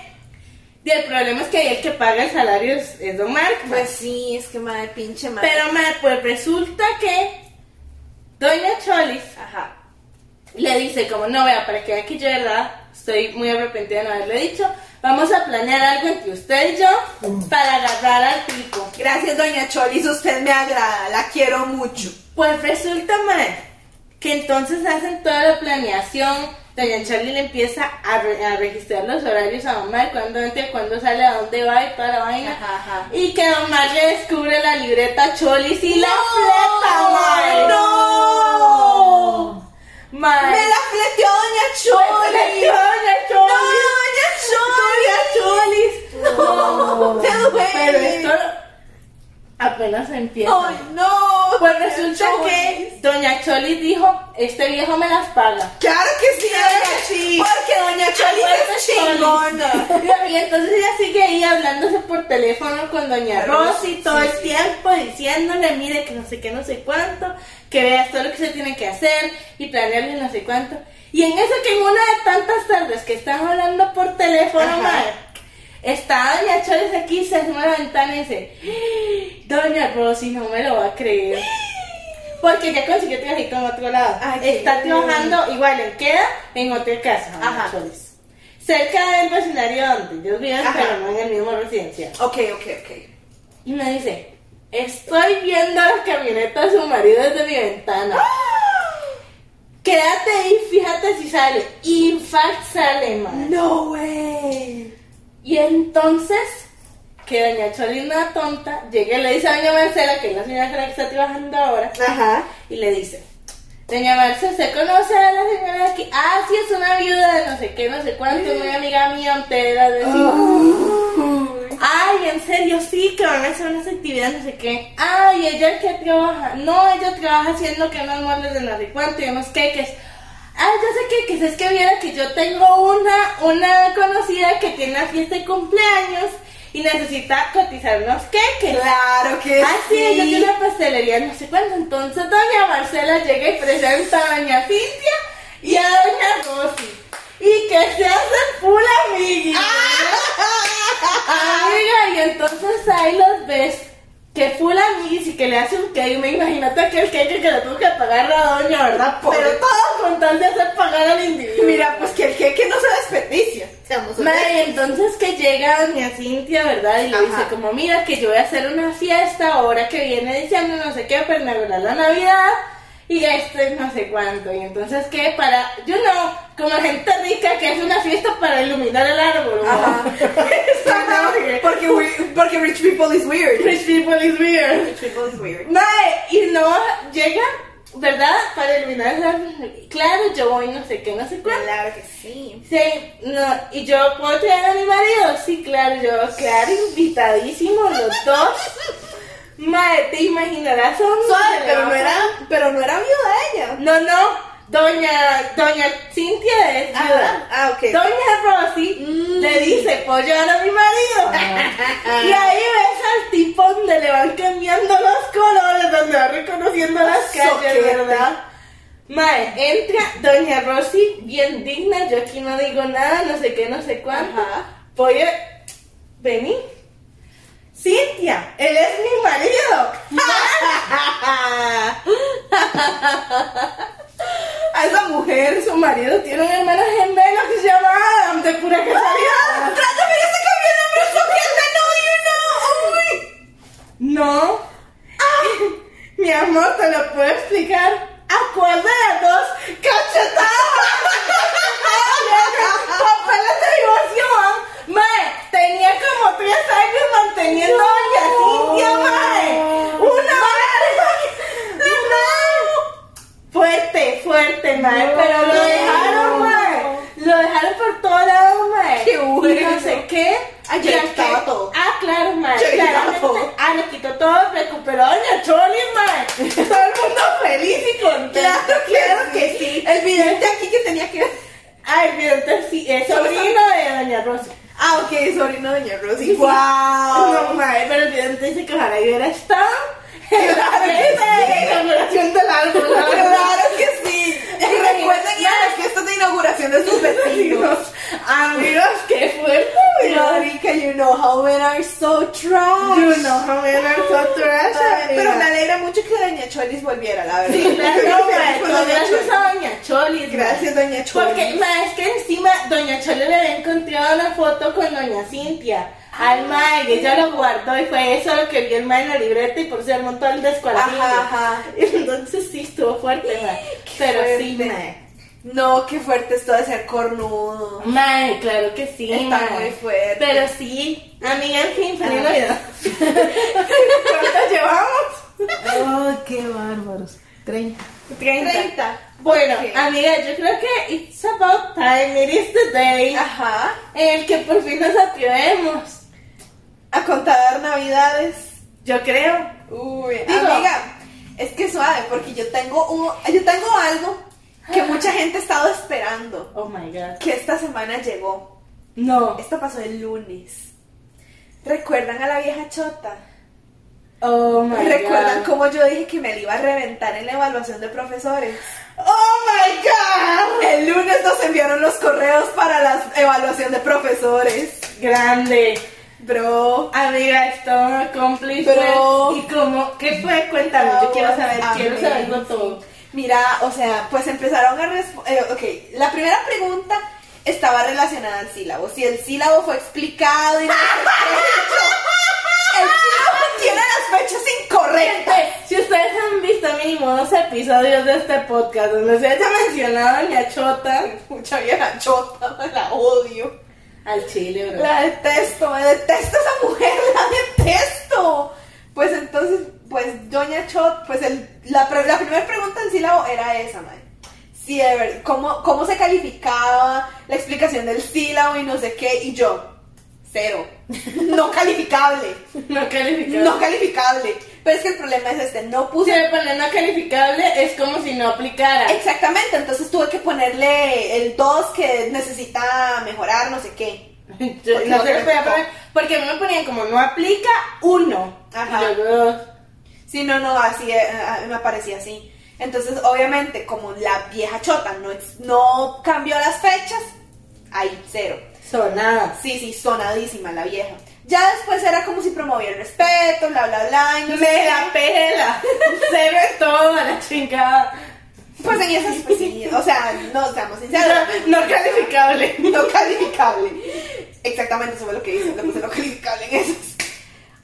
S4: y el problema es que ahí el que paga el salario es, es Don Mark. mae.
S2: Pues sí, es que madre, pinche madre.
S4: pero mae, pues resulta que Doña Cholis
S2: Ajá.
S4: le dice como, no vea, para que vea que yo de verdad estoy muy arrepentida de no haberle dicho, vamos a planear algo entre usted y yo para agarrar al tipo.
S2: Gracias, Doña Cholis, usted me agrada, la quiero mucho.
S4: Pues resulta, mae, que entonces hacen toda la planeación. Doña Charlie le empieza a, re- a registrar los horarios a Don Mar, cuándo entra, cuándo sale, a dónde va y toda la vaina.
S2: Ajá, ajá.
S4: Y que Don Mar le descubre la libreta a Cholis y la fleta, mae.
S2: ¡No! ¡No!
S4: Mae.
S2: ¡Me la fleteó Doña Cholis!
S4: Fleteó Doña
S2: ¡No, Doña Cholis!
S4: Cholis. Doña
S2: ¡No!
S4: Cholis.
S2: ¡Te duele!
S4: Pero esto apenas empieza.
S2: ¡Ay, no!
S4: pues resulta
S2: Doña Cholis.
S4: que Doña Cholis dijo, este viejo me las paga.
S2: ¡Claro que sí, pues, Doña Cholis! Porque Doña Cholis es chingona.
S4: Y entonces ella sigue ahí hablándose por teléfono con Doña Rosy todo el tiempo, diciéndole, mire, que no sé qué, no sé cuánto, que veas todo lo que se tiene que hacer y planearle no sé cuánto. Y en eso que en una de tantas tardes que están hablando por teléfono,
S2: Ajá.
S4: madre, está Doña Chores aquí, se asoma a la ventana y dice, Doña Rosy no me lo va a creer. Porque ya consiguió trabajito en otro lado.
S2: Ay, qué
S4: Está
S2: bien.
S4: trabajando igual en queda en otra casa. Doña
S2: Ajá.
S4: Chores. Cerca del vecindario donde ellos viven,
S2: Ajá.
S4: pero no en el mismo residencial.
S2: Ok, ok, ok.
S4: Y me dice, estoy viendo la camioneta de su marido desde mi ventana. Quédate ahí, fíjate si sale. Y en fact sale, man.
S2: ¡No, güey!
S4: Y entonces, que doña Choli, una tonta, llega y le dice a doña Marcela, que es la señora con la que está trabajando ahora,
S2: Ajá.
S4: y le dice, doña Marcela, ¿usted conoce a la señora de aquí? Ah, sí, es una viuda de no sé qué, no sé cuánto, muy amiga mía, entera de
S2: Ah.
S4: Ay, en serio, sí, que van a hacer unas actividades, no sé qué. Ay, ella que trabaja. No, ella trabaja haciendo que unos moldes de no sé cuánto y unos queques. Ay, ya sé queques, es que viera que yo tengo una, una conocida que tiene una fiesta de cumpleaños y necesita cotizar unos queques.
S2: ¡Claro que
S4: Ah, sí, ella tiene una pastelería, no sé cuánto. Entonces, doña Marcela llega y presenta a doña Cintia y a doña Rosy. Y que se hacen full
S2: Ah.
S4: amiguis. Amiga, y entonces ahí los ves que que fulanís y que le hace un cake, me imagínate aquel cake que le tuvo que pagar la doña, ¿verdad? Pobre.
S2: Pero
S4: todo con tal de hacer pagar al individuo.
S2: Mira, pues que el que no se desperdicia. Seamos
S4: Mae, entonces que llega doña Cintia, ¿verdad? Y le
S2: Ajá.
S4: dice como, mira, que yo voy a hacer una fiesta ahora que viene diciembre, no sé qué, para inaugurar la Navidad y esto es no sé cuánto. Y entonces que para, yo no, como la gente rica que hace una fiesta para iluminar el árbol. ¿no?
S2: Ajá. porque, we- porque rich people is weird.
S4: Rich people is weird.
S2: Rich people is weird.
S4: Mae, y no llega, ¿verdad? Para iluminar el árbol. Claro, yo voy, no sé qué, no sé cuánto.
S2: Claro que sí.
S4: Sí, no, y yo puedo traer a mi marido, sí, claro, yo, claro, invitadísimo los dos. Madre, te imaginarás a un
S2: Suave, pero no era, pero no era viuda ella.
S4: No, no, doña, doña Cintia es
S2: Ah,
S4: viuda.
S2: ah, ok.
S4: Doña Rosy
S2: Mm. Ah.
S4: le dice, puedo llevar a mi marido. Y ahí ves al tipo donde le van cambiando los colores, donde va reconociendo las calles,
S2: Soquete.
S4: ¿verdad? Mae, entra Doña Rosy, bien digna, yo aquí no digo nada, no sé qué, no sé cuánto.
S2: Ajá.
S4: Voy a... Vení. Cintia, él es mi marido. A esa mujer, su marido tiene un hermano gemelo que se llama Adam, de pura casualidad.
S2: Trátame, ya se cambió el nombre, Sofía, no, you know. Oh, my
S4: No. Mi amor, te lo puedo explicar. Acuerdo de dos cachetadas. Papeles de divorcio. Mae, tenía como tres años manteniendo a doña Cintia, mae. Una vez. No. Fuerte, fuerte, mae.
S2: No.
S4: Pero lo dejaron, mae. Lo dejaron por todos lados, mae.
S2: Qué
S4: Y
S2: bueno.
S4: no sé qué.
S2: Ah, ya
S4: Y aquel-
S2: estaba todo.
S4: Ah, claro, mae.
S2: Ya estaba
S4: claramente.
S2: todo.
S4: Ah, le quitó todo, recuperó a Doña Choli, mae. Todo el mundo feliz y contento.
S2: Claro, claro que sí. El vidente aquí que tenía que
S4: Ah, evidente, sí, es sobrino de Doña Rosa.
S2: Ah, ok, es sobrino de Doña Rosy.
S4: No,
S2: ¡Wow!
S4: mae, pero evidente dice que ojalá hubiera estado. en la
S2: Claro que sí.
S4: fiesta de la inauguración del árbol. la verdad.
S2: ¡Claro que sí! Recuerden ir a las fiestas de inauguración de sus vecinos.
S4: Amigos, amigos, qué fuerte, weón.
S2: Lorica, you know how men are so trash.
S4: You know how men are so trash,
S2: Ay, Pero
S4: amiga.
S2: me alegra mucho que Doña Cholis volviera, la verdad.
S4: Sí, claro,
S2: Feliz
S4: mae,
S2: por
S4: todo
S2: Doña
S4: gracias
S2: Cholis.
S4: a Doña Choli. mae.
S2: Gracias, Doña Cholis.
S4: Porque, ma, es que encima Doña Chole le había encontrado una foto con Doña Cintia.
S2: Ah.
S4: Al mae, y ella lo guardó y fue eso lo que vio el mae en la libreta y por eso montó el descuartillo.
S2: Ajá, ajá.
S4: Entonces sí estuvo fuerte, mae. Pero sí,
S2: fuerte.
S4: mae.
S2: No, qué fuerte esto de ser cornudo.
S4: Mae, claro que sí,
S2: Está
S4: mae.
S2: muy fuerte.
S4: Pero sí, amiga, en fin, feliz
S2: Ah.
S4: Navidad.
S2: ¿Cuánto llevamos?
S5: Oh, qué bárbaros. 30.
S4: 30.
S2: 30.
S4: Bueno,
S2: Ok.
S4: amiga, yo creo que it's about time, it is the day
S2: Ajá.
S4: en el que por fin nos atrevemos.
S2: A contar navidades.
S4: Yo creo.
S2: Uy,
S4: Digo-
S2: amiga, es que suave, porque yo tengo un, yo tengo algo que mucha gente ha estado esperando,
S4: Oh my god.
S2: que esta semana llegó.
S4: No.
S2: Esto pasó el lunes. ¿Recuerdan a la vieja chota?
S4: Oh my
S2: ¿Recuerdan
S4: god.
S2: cómo yo dije que me la iba a reventar en la evaluación de profesores?
S4: Oh my god.
S2: El lunes nos enviaron los correos para la evaluación de profesores.
S4: Grande.
S2: Bro,
S4: Amiga, esto un accomplishment.
S2: Bro.
S4: ¿Y cómo? ¿Qué fue? Cuéntame. Yo quiero saber. Quiero saberlo todo.
S2: Mira, o sea, pues empezaron a responder. ok, la primera pregunta estaba relacionada al sílabo. Si el sílabo fue explicado y no sé qué. El sílabo tiene las fechas incorrectas.
S4: Gente, Si ustedes han visto mínimo dos episodios de este podcast donde se ha mencionado a Doña Chota,
S2: Mucha vieja chota, me la odio.
S4: al chile, bro.
S2: La detesto, me detesto esa mujer, la detesto. Pues entonces, pues Doña Chot, pues el- la, pre- la primera pregunta en sílabo era esa, madre. Si de ver- ¿cómo, ¿cómo se calificaba la explicación del sílabo y no sé qué? Y yo, cero. No calificable.
S4: No calificable.
S2: No calificable. Pero es que el problema es este, no
S4: Si
S2: puse...
S4: le ponen no calificable es como si no aplicara.
S2: Exactamente, entonces tuve que ponerle el 2 que necesita mejorar, no sé qué.
S4: Yo
S2: Porque
S4: no
S2: no
S4: se le
S2: te
S4: podía
S2: gustó.
S4: poner- porque a mí me ponían como no aplica uno.
S2: Ajá.
S4: Y yo, "Ugh".
S2: Sí, no, no, así eh, eh, me parecía así. Entonces, obviamente, como la vieja chota no, ex- no cambió las fechas, ahí, cero.
S4: Sonadas.
S2: Sí, sí, sonadísima la vieja. Ya después era como si promoviera promoví el respeto, bla, bla, bla. y no sé
S4: Me
S2: qué.
S4: la pela. Se ve todo a la chingada.
S2: Pues en esas, pues sí, o sea, no, seamos sinceros.
S4: No, no calificable.
S2: No calificable. Exactamente, eso fue lo que hice, le puse no calificable en esas.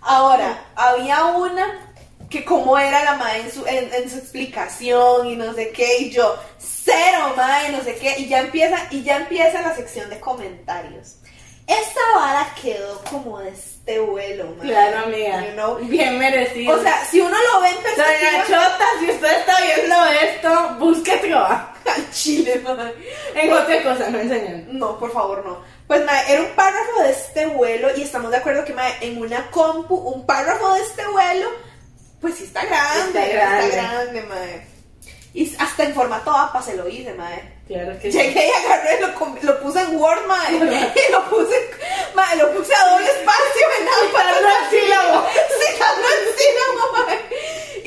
S2: Ahora, había una que como era la madre en su, en, en su explicación y no sé qué, y yo, cero madre, no sé qué, y ya empieza, y ya empieza la sección de comentarios. Esta vara quedó como de este vuelo, madre.
S4: Claro, amiga.
S2: You know?
S4: Bien merecido.
S2: O sea, si uno lo ve en
S4: Doña
S2: perspectiva,
S4: Chota, si usted está viendo esto, busque trabajo.
S2: al chile, madre.
S4: En otra cosa, no enseñan.
S2: No, por favor, no. Pues mae, era un párrafo de este vuelo y estamos de acuerdo que mae, en una compu, un párrafo de este vuelo, pues sí está grande,
S4: Está grande.
S2: está grande, mae. Y hasta en formato APA se lo hice, mae.
S4: Claro que sí.
S2: Llegué y agarré, lo, com- lo puse en Word, mae. Y lo puse, mae, lo puse a doble espacio en APA.
S4: Citando el sílabo.
S2: Citando el sílabo, mae.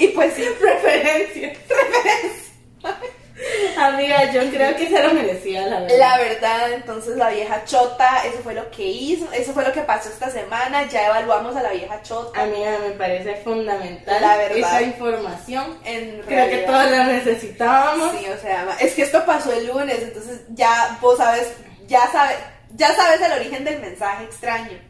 S2: Y pues sí,
S4: Preferencia. Amiga, yo creo que se lo merecía, la verdad.
S2: La verdad, entonces la vieja chota, eso fue lo que hizo, eso fue lo que pasó esta semana, ya evaluamos a la vieja chota.
S4: Amiga, me parece fundamental
S2: La verdad.
S4: esa información.
S2: En
S4: Creo que
S2: realidad.
S4: todos la necesitábamos.
S2: Sí, o sea, ma- es que esto pasó el lunes, entonces ya vos sabes, ya sabes, ya sabes el origen del mensaje extraño. Eh,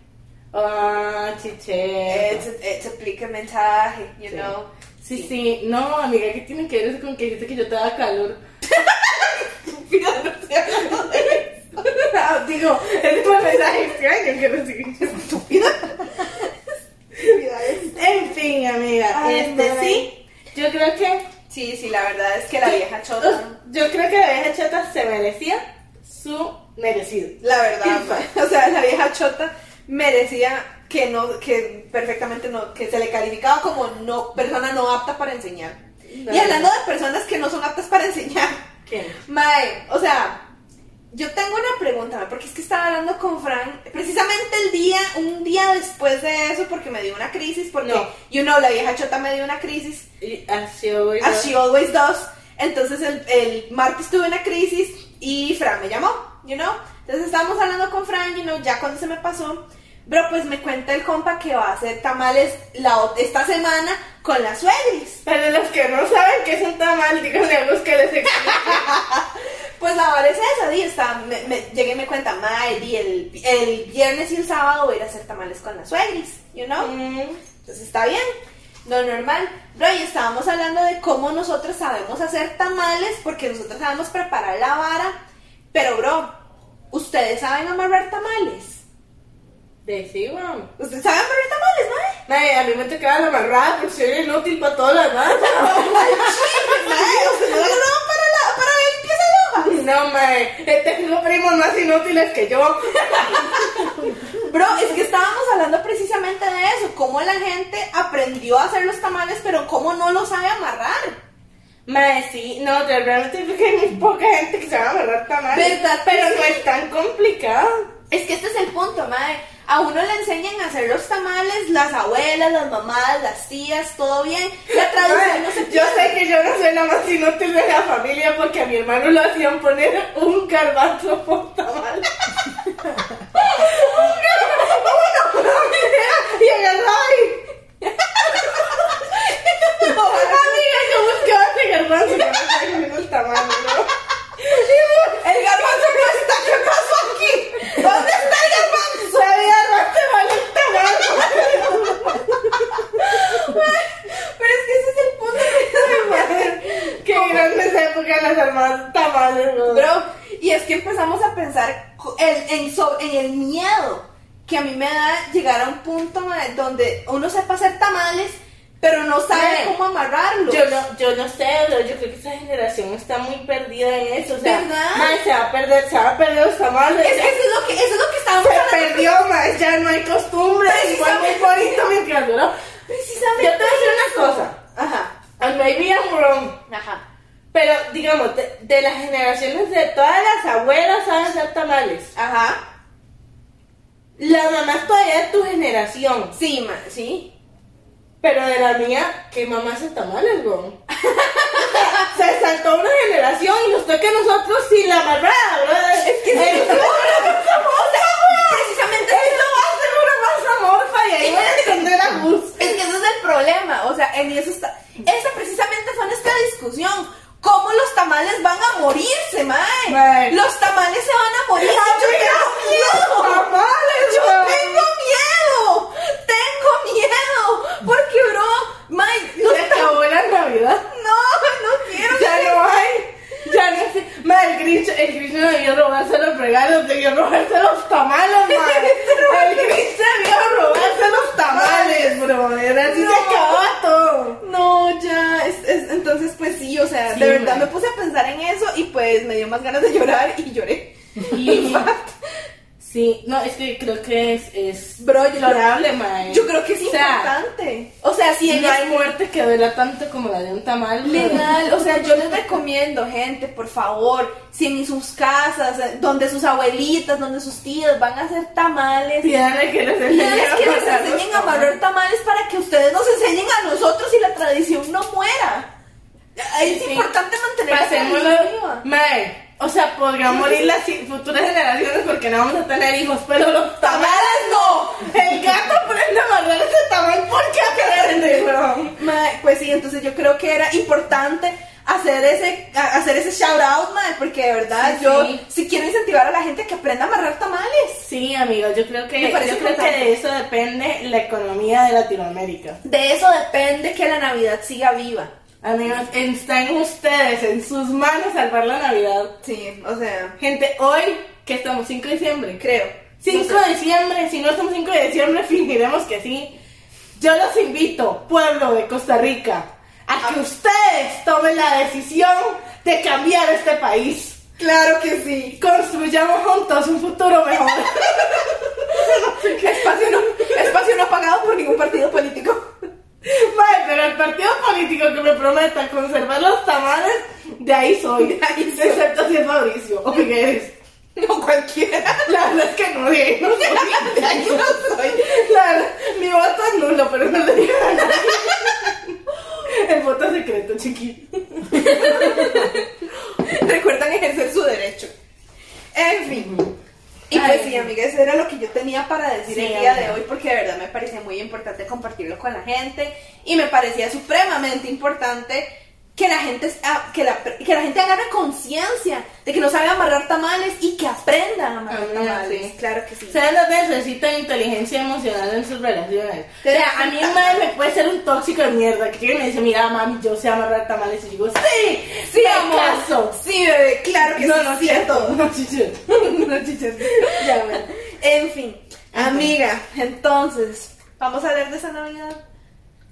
S4: Ah, chiche.
S2: It's, it's a plica mensaje, you
S4: Sí.
S2: know.
S4: Sí, sí. No, amiga, ¿qué tiene que ver eso con que dijiste que yo te daba calor?
S2: Mira, no estoy hablando de
S4: Ah, Digo, es un mensaje extraño que recibí.
S2: actividades.
S4: En fin, amiga,
S2: Ay,
S4: este
S2: madre.
S4: sí. Yo creo que
S2: Sí, sí, la verdad es que la vieja chota,
S4: yo creo que la vieja chata se merecía su merecido.
S2: la verdad, ma, o sea, la vieja chota merecía que no, que perfectamente no, que se le calificaba como no, persona no apta para enseñar. Y hablando de personas que no son aptas para enseñar.
S4: ¿Quién?
S2: Mae, o sea, yo tengo una pregunta, mae, porque es que estaba hablando con Fran precisamente el día, un día después de eso, porque me dio una crisis, porque,
S4: No.
S2: you know, la vieja chota me dio una crisis,
S4: Y así voy
S2: as she always does. Entonces el, el martes tuve una crisis y Fran me llamó, you know. Entonces estábamos hablando con Fran, you know, ya cuando se me pasó. Pero pues me cuenta el compa que va a hacer tamales la, ot- esta semana con las suegris.
S4: Para los que no saben qué es un tamal, díganle a los que les explico.
S2: Pues la hora es esa, di, está, me, me- llegué y me cuenta, mae, di, el, el viernes y el sábado voy a ir a hacer tamales con las suegris, you know?
S4: Mm,
S2: Entonces está bien, lo normal. Bro, y estábamos hablando de cómo nosotros sabemos hacer tamales, porque nosotros sabemos preparar la vara, pero bro, ¿ustedes saben amarrar tamales?
S4: De sí, weón.
S2: ¿Ustedes saben amarrar tamales, mae?
S4: Mae, a mí me tocaba la amarrada porque soy inútil para todas las demás.
S2: Mae, ¿ustedes no agarraban para, la, para la limpieza de hoja?
S4: No, mae, Este tengo primos más inútiles que yo.
S2: Bro, es que estábamos hablando precisamente de eso, cómo la gente aprendió a hacer los tamales, pero cómo no lo sabe amarrar.
S4: Mae, sí, no, de- realmente creo que hay muy poca gente que se va a amarrar tamales.
S2: ¿Verdad?
S4: Pero no es tan complicado.
S2: Es que este es el punto, madre. A uno le enseñan a hacer los tamales las abuelas, las mamás, las tías, todo bien. La traducción no se
S4: Yo sé
S2: pierde.
S4: que yo no soy la más inútil de la familia porque a mi hermano lo hacían poner un garbanzo por tamal. ¡Un garbanzo! Y agarraba y... Amiga, yo buscaba ese garbanzo para hacer menos tamal, ¿no?
S2: El garbanzo no está, ¿qué pasó aquí? ¿Dónde está el garbanzo?
S4: Se había rato mal el tamal.
S2: Pero es que ese es el punto.
S4: Qué grande esa época las hermanas tamales, ¿no?
S2: Bro, y es que empezamos a pensar co- en, en so- en el miedo que a mí me da llegar a un punto mae, donde uno sepa hacer tamales, pero no sabe
S4: Mae,
S2: cómo amarrarlos.
S4: Yo no, yo no sé, bro, yo creo que esa generación está muy perdida en eso, o sea,
S2: ¿Verdad?
S4: mae, se va a perder, se va a perder los tamales.
S2: Es que eso es lo que, eso es lo que estábamos
S4: se
S2: hablando
S4: perdió, mae, ya no hay costumbre, igual muy bonito mientras duró.
S2: precisamente.
S4: Yo te voy a decir una cosa,
S2: Ajá,
S4: and maybe I'm wrong,
S2: ajá,
S4: pero digamos, de, de las generaciones de todas las abuelas saben hacer tamales.
S2: ajá.
S4: Las mamás todavía de tu generación,
S2: Sí, ma, sí.
S4: pero de la mía, ¿qué mamá hace tamales, bro? Se saltó una generación y nos toca a nosotros sin la barrada, bro. Es que
S2: O sea, precisamente
S4: Esto va a ser una masa morfa y ahí voy a entender a
S2: en eso está. Esa precisamente fue nuestra discusión. ¿Cómo los tamales van a morirse, mae?
S4: Mae.
S2: Los tamales se van a morir.
S4: Ay,
S2: Yo
S4: mira,
S2: tengo
S4: los
S2: miedo.
S4: tamales,
S2: Yo
S4: weón.
S2: tengo miedo. Tengo miedo. Porque, bro, mae, los
S4: Se acabó la Navidad.
S2: tam- no, no quiero.
S4: Ya no hay. Ya no sé. Madre, el Grinch, el Grinch no debió robarse los regalos, debió robarse los tamales, madre. El Grinch debió robarse los tamales, bro. Era así
S2: No.
S4: se acababa todo.
S2: No, ya, es- es- entonces pues sí, o sea,
S4: Sí,
S2: de verdad
S4: mae.
S2: me puse a pensar en eso y pues me dio más ganas de llorar y lloré.
S4: Y... Sí, no, es que creo que es, es
S2: Bro, yo creo-
S4: llorable, madre.
S2: Yo creo que es
S4: O sea,
S2: importante. O sea, si en este
S4: no hay muerte que duela tanto como la de un tamal. mae.
S2: Legal, o sea, yo les recomiendo, gente, por favor, si en sus casas, eh, donde sus abuelitas, donde sus tías van a hacer tamales,
S4: Pídale que les enseñe
S2: ustedes
S4: a
S2: que les
S4: amarrar los
S2: enseñen a amarrar tamales para que ustedes nos enseñen a nosotros y la tradición no muera. Es
S4: Sí.
S2: importante mantener la
S4: Pasémoslo.
S2: tradición viva.
S4: Mae, o sea, podrían morir las si- futuras generaciones porque no vamos a tener hijos, pero los tamales no. El gato prende a amarrar ese tamal porque aprende, weón.
S2: Mae, pues sí, entonces yo creo que era importante hacer ese a- hacer ese shout out, mae, porque de verdad
S4: Sí,
S2: yo
S4: sí.
S2: si quiero incentivar a la gente que aprenda a amarrar tamales.
S4: Sí, amigos, yo creo que,
S2: Me parece
S4: yo creo que
S2: importante.
S4: de eso depende la economía de Latinoamérica.
S2: De eso depende que la Navidad siga viva.
S4: Amigos, está en ustedes, en sus manos salvar la Navidad.
S2: Sí, o sea,
S4: Gente, hoy, que estamos 5 de diciembre,
S2: creo.
S4: 5 de diciembre, si no estamos 5 de diciembre, fingiremos que sí. Yo los invito, pueblo de Costa Rica, a
S2: Ah.
S4: que ustedes tomen la decisión de cambiar este país.
S2: Claro que sí.
S4: Construyamos juntos un futuro mejor.
S2: Espacio no, espacio no pagado por ningún partido político.
S4: Mae, pero el partido político que me prometa conservar los tamales, de ahí soy.
S2: De ahí soy.
S4: Excepto si es Mauricio, o que es.
S2: No cualquiera.
S4: La verdad es que no, de ahí no soy.
S2: De ahí no soy.
S4: La verdad, mi voto es nulo, pero no le digo a nadie. El voto es secreto, chiquito.
S2: Recuerdan ejercer su derecho. En fin. Y pues
S4: Ay.
S2: sí, amiga, eso era lo que yo tenía para decir
S4: Sí,
S2: el día
S4: amiga.
S2: de hoy, porque de verdad me parecía muy importante compartirlo con la gente y me parecía supremamente importante que la gente, ah, que la, que la gente agarre conciencia de que no sabe amarrar tamales y que aprendan a amarrar
S4: Amiga,
S2: tamales.
S4: sí.
S2: Claro que sí.
S4: Ustedes no necesitan inteligencia emocional en sus relaciones. O sea, a mí madre me puede ser un tóxico de mierda que llega y me dice, mira, mami, yo sé amarrar tamales. Y yo digo, sí,
S2: Sí,
S4: me
S2: amor.
S4: caso".
S2: Sí, bebé, claro que sí,
S4: No, no,
S2: es cierto.
S4: cierto. No, chiche. No, chiche. Ya, bueno.
S2: En fin, amiga, entonces, vamos a hablar de esa Navidad.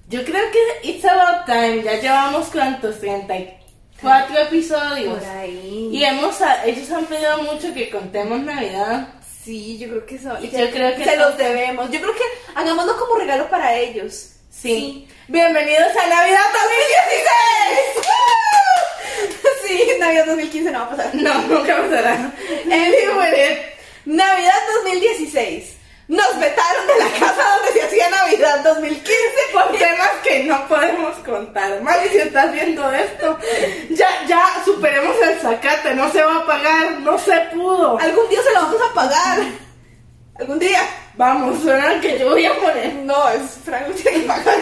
S4: Yo creo que it's about time. Ya llevamos cuántos, 34 episodios.
S2: ahí.
S4: Y hemos, ellos han pedido mucho que contemos Navidad.
S2: Sí, yo creo que eso.
S4: Y yo creo que
S2: se
S4: eso-
S2: los debemos. Yo creo que hagámoslo como regalo para ellos.
S4: Sí. Bienvenidos a Navidad
S2: 2016. Sí, Navidad 2015 no va a pasar.
S4: 2016. No, nunca pasará.
S2: Anyway, Navidad 2016. Nos vetaron de la casa donde se hacía Navidad 2015
S4: Por temas que no podemos contar. Mami, si estás viendo esto, ya, ya superemos el sacate. No se va a pagar, no se pudo.
S2: Algún día se lo vamos a pagar. Algún día.
S4: Vamos, suena que yo voy a poner.
S2: No, es Franco tiene que pagar.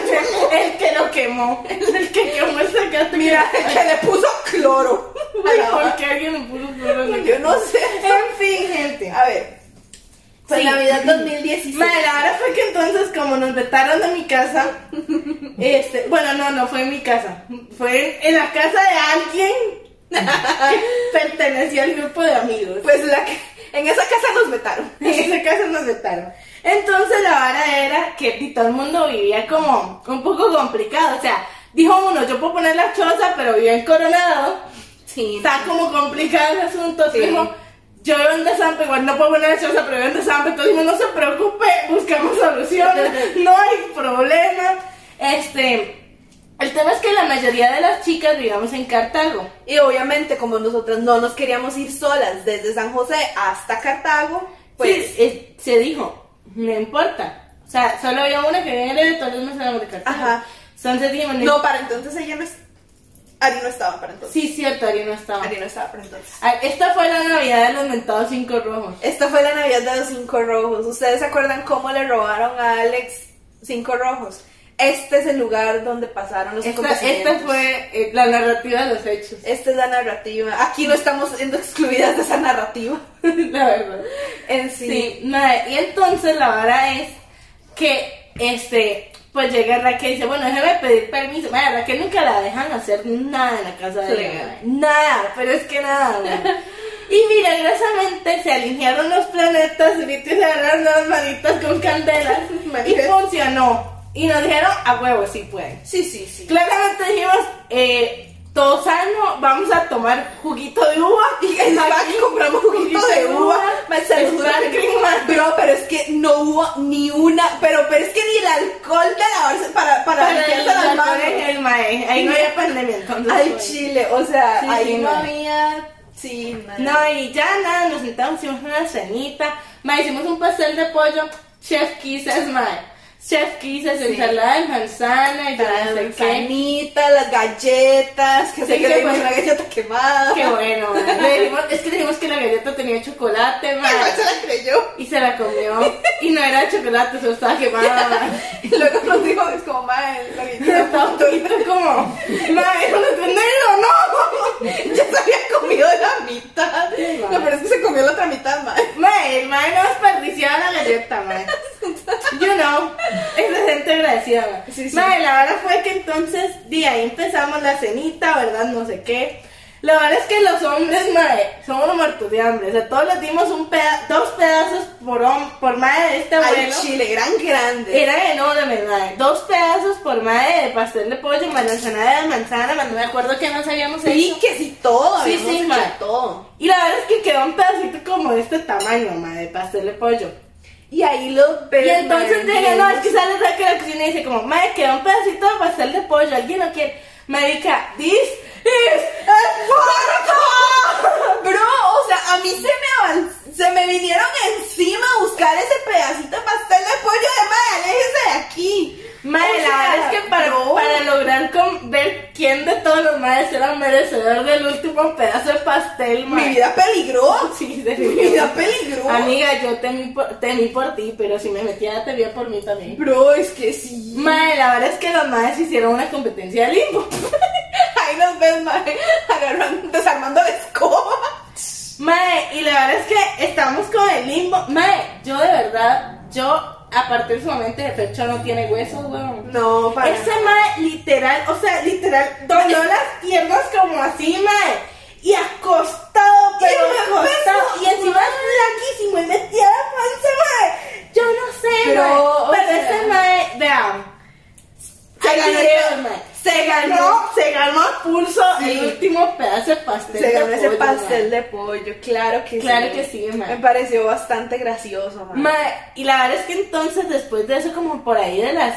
S4: El que lo quemó. El que quemó el sacate.
S2: Mira, el que le puso cloro. A
S4: Ay,
S2: la
S4: ¿Por
S2: hora.
S4: qué alguien me puso flor en el-
S2: Yo no sé.
S4: En fin, gente.
S2: A ver. Pues
S4: Sí.
S2: Navidad 2016.
S4: Madre, la verdad fue que entonces como nos vetaron de mi casa, este, bueno, no, no fue en mi casa, fue en la casa de alguien que pertenecía al grupo de amigos.
S2: Pues la que, en esa casa nos vetaron.
S4: En ese caso nos vetaron. Entonces la vara era que y todo el mundo vivía como un poco complicado, o sea, dijo uno, yo puedo poner la choza, pero vivo en Coronado,
S2: Sí.
S4: está como complicado el asunto,
S2: Sí.
S4: dijo... Yo vivo en Desampa, igual no puedo poner la choza, pero vivo en Desampa, entonces uno no se preocupe, buscamos soluciones, no hay problema. Este, el tema es que la mayoría de las chicas vivíamos en Cartago.
S2: Y obviamente, como nosotras no nos queríamos ir solas desde San José hasta Cartago, pues.
S4: Sí, es- se dijo, no importa. O sea, solo había una que viene de todos los meses de Cartago.
S2: Ajá.
S4: Entonces dijimos,
S2: No, para entonces ella no es. Ari no estaba para entonces.
S4: Sí, cierto, Ari no estaba.
S2: Ari no estaba para entonces.
S4: Ah, Esta fue la Navidad de los mentados cinco rojos.
S2: Esta fue la Navidad de los cinco rojos. ¿Ustedes se acuerdan cómo le robaron a Alex cinco rojos? este es el lugar donde pasaron los
S4: Esta,
S2: acontecimientos.
S4: esta fue eh, la narrativa de los hechos.
S2: Esta es la narrativa. Aquí no estamos siendo excluidas de esa narrativa.
S4: la verdad.
S2: En sí.
S4: Sí, mae, y entonces la vara es que, este, pues llega Raquel y dice, bueno, déjeme pedir permiso. Mae, Raquel nunca la dejan hacer nada en la casa de ella,
S3: Legal.
S4: mae. Nada, pero es que nada, mae. Y milagrosamente se alinearon los planetas, ahorita se agarraron las manitas con candelas y funcionó. Y nos dijeron, a huevo, sí pueden.
S2: Sí, sí, sí.
S4: Claramente dijimos, eh, todo sano, vamos a tomar juguito de uva.
S2: Y en la
S4: Aquí
S2: compramos juguito de uva. ma, se lo juro que-
S4: Sparkling, ma.
S2: Bro, pero es que no hubo ni una. Pero, pero es que ni el alcohol de lavarse para, para,
S4: Para
S2: limpiarse
S4: el
S2: las manos.
S4: alcohol, mae. Ahí no había pandemia entonces.
S2: Ay,
S4: mae.
S2: chile. O sea,
S4: Sí,
S2: ahí
S4: sí,
S2: no
S4: no.
S2: había. Sí, madre.
S4: No, y ya nada, nos sentamos, hicimos una cenita, mae, hicimos un pastel de pollo, chef quizás, mae. Chef quizás, ensalada de manzana y yo
S2: Para
S4: no sé
S2: las
S4: qué.
S2: canitas, las galletas, que sé que
S4: Sí, que
S2: le dimos
S4: fue-
S2: una galleta quemada.
S4: Qué bueno, mae. Le dijimos- es que le dijimos que la galleta tenía chocolate, mae.
S2: Igual se la creyó.
S4: Y se la comió. Y no era chocolate, se lo estaba quemada, mae.
S2: Y luego nos dijo, es como, madre, la galleta
S4: Pero estaba un poquito como, mae, no entenderlo, no.
S2: Ya se había comido la mitad. No, pero es que se comió la otra mitad, madre.
S4: Mae, el mae no desperdiciaba la galleta, mae. You know, es de gente agradecida, mae.
S2: Sí, sí.
S4: Mae, la verdad fue que entonces, de ahí empezamos la cenita, ¿verdad? No sé qué. La verdad es que los hombres, mae, somos muertos de hambre. O sea, todos les dimos un peda- dos pedazos por, hom- por madre de este
S2: Al
S4: abuelo.
S2: chile, gran grande.
S4: Era enorme, mae. Dos pedazos por madre de pastel de pollo, más ensalada de manzana, más no me acuerdo qué más habíamos hecho.
S2: Sí, que sí, todo.
S4: Sí,
S2: habíamos
S4: sí,
S2: hecho
S4: madre.
S2: todo.
S4: Y la verdad es que quedó un pedacito como de este tamaño, mae, de pastel de pollo.
S2: Y ahí lo
S4: Y entonces
S2: madre,
S4: llega, no, es que sale Raquel a la cocina y dice como, madre, queda un pedacito de pastel de pollo, ¿alguien lo quiere? Marica, this is
S2: ¡Puerco! Bro, o sea, a mí se me, avan- se me vinieron encima a buscar ese pedacito de pastel de pollo de madre, aléjese de aquí.
S4: Madre,
S2: O
S4: la
S2: sea,
S4: verdad es que para,
S2: bro.
S4: para lograr con- ver quién de todos los madres era merecedor del último pedazo de pastel,
S2: Mi
S4: madre.
S2: vida peligró.
S4: Sí,
S2: Mi vida
S4: definitivamente.
S2: peligró.
S4: Amiga, yo temí por, temí por ti, pero si me metía, temía por mí también.
S2: Bro, es que sí.
S4: Madre, la verdad es que los madres hicieron una competencia de limbo.
S2: Ahí nos ves, madre, agarrando, desarmando la escoba.
S4: Mae, y la verdad es que estamos con el limbo. Mae, yo de verdad, yo a partir de su momento de pecho no tiene huesos, weón.
S2: No, para.
S4: Ese mae, literal, o sea, literal, dobló las piernas como así, mae. Y acostado, pero
S2: Y me
S4: acostado.
S2: pesó.
S4: Y encima es flaquísimo y metía la panza, mae. Yo no sé,
S2: Pero,
S4: mae.
S2: o
S4: Pero
S2: sea-
S4: ese mae, vean.
S2: Se
S4: hay
S2: ganó el
S4: videos,
S2: pe-
S4: mae.
S2: se
S4: Se
S2: ganó.
S4: ganó, se ganó a pulso
S2: Sí.
S4: el último pedazo de pastel.
S2: Se
S4: de
S2: ganó ese
S4: pollo, mae.
S2: pastel de pollo, claro que
S4: Claro
S2: sí.
S4: que sí, mae.
S2: Me pareció bastante gracioso, madre.
S4: Mae, y la verdad es que entonces después de eso como por ahí de las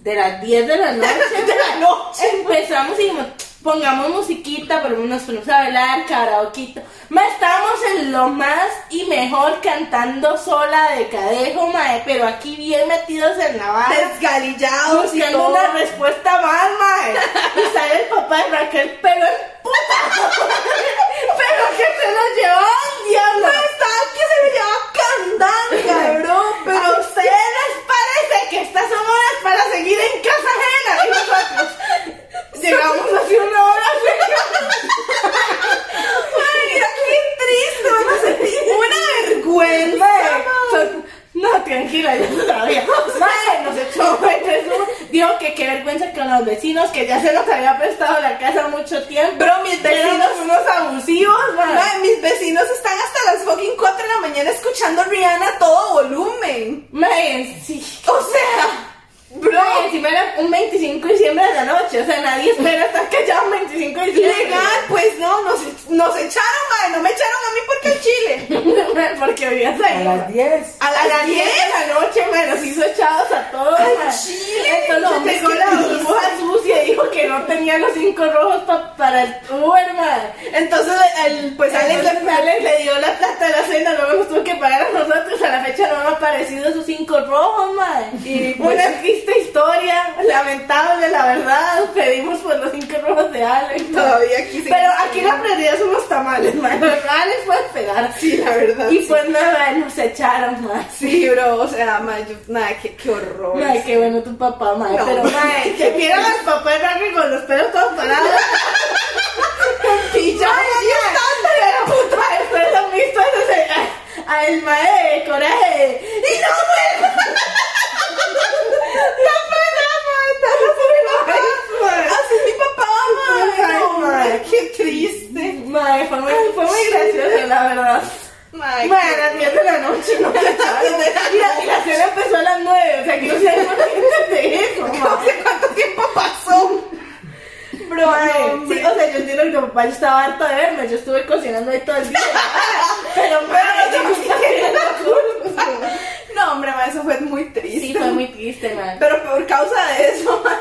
S4: de las 10 de la noche,
S2: De la
S4: mae,
S2: noche.
S4: empezamos y dijimos, pongamos musiquita, pero nos fuimos a bailar, karaokeito. Mae, estábamos en lo más y mejor cantando sola de cadejo, mae, pero aquí bien metidos en la barra.
S2: Desgalillados y
S4: Buscando
S2: todo.
S4: una respuesta mal, mae. Y sale el papá de Raquel, pero en puta. pero que se lo llevó al diablo.
S2: Pensaba que se me llevaba candanga, bro,
S4: A
S2: pero
S4: ustedes les parece que estas son horas para seguir en casa ajena. Y nosotros llegamos hace una hora.
S2: mira qué triste, me sentí una
S4: Güey,
S2: vergüenza.
S4: son- No, tranquila, yo todavía. Madre, nos echó un resumen. Dijo que qué vergüenza con los vecinos, que ya se nos había prestado la casa mucho tiempo.
S2: Bro, mis
S4: Que
S2: vecinos,
S4: éramos unos abusivos, madre.
S2: Ay, mis vecinos están hasta las fucking 4 de la mañana escuchando Rihanna a todo volumen.
S4: Madre, sí.
S2: O sea, bro,
S4: Madre, encima era un 25 de diciembre de la noche. O sea, nadie espera estar callado un 25 de diciembre.
S2: legal, pues no, nos, nos echaron, madre, no me echaron a mí porque al chile.
S4: Porque había
S5: A
S4: salido.
S5: las 10.
S2: A
S4: A
S2: las
S4: las 10
S2: 10.
S4: de la noche, me los hizo echados a todos.
S2: Ay,
S4: ma.
S2: chile,
S4: Entonces
S2: no, es
S4: llegó
S2: que
S4: la
S2: triste.
S4: burbuja sucia y dijo que no tenía los cinco rojos pa- para el Uber, ma.
S2: Entonces, el- pues Alex
S4: Entonces,
S2: le
S4: Alex le dio la plata de la cena, luego nos tuvo que pagar a nosotros. A la fecha no han aparecido esos cinco rojos, ma.
S2: Y, pues,
S4: Una triste historia. lamentable, la verdad. Pedimos por los cinco rojos de Alex.
S2: Todavía aquí se-
S4: Pero aquí la prioridad son los tamales, man. Alex puede pegar.
S2: Sí, la verdad.
S4: Y
S2: sí.
S4: pues nada, nos echaron más.
S2: Sí, bro, o sea, ma, yo- nada, qué, qué horror.
S4: Ay, qué bueno tu papá, madre.
S2: No,
S4: pero, madre, que quiero a los papás Raki con los pelos todos parados. y yo, madre, pero puta, después lo visto entonces, a- a el madre de coraje. Y no, güey.
S2: Así es mi papá, ma.
S4: Ay,
S2: no, ma,
S4: ma.
S2: qué triste.
S4: Madre, fue muy, fue muy gracioso, la verdad.
S2: Ma,
S4: Bueno, a las 10 de la noche no se echaron. Y la, y la cena empezó a las 9, o sea que no sé cómo de eso,
S2: no
S4: madre.
S2: sé cuánto tiempo pasó.
S4: Bro,
S2: Madre,
S4: sí, o sea, yo entiendo que mi papá ya estaba harto de verme, yo estuve cocinando ahí todo el día. pero, pero no
S2: No, hombre, ma, eso fue muy triste.
S4: Sí, fue muy triste, man.
S2: Pero por causa de eso, ma,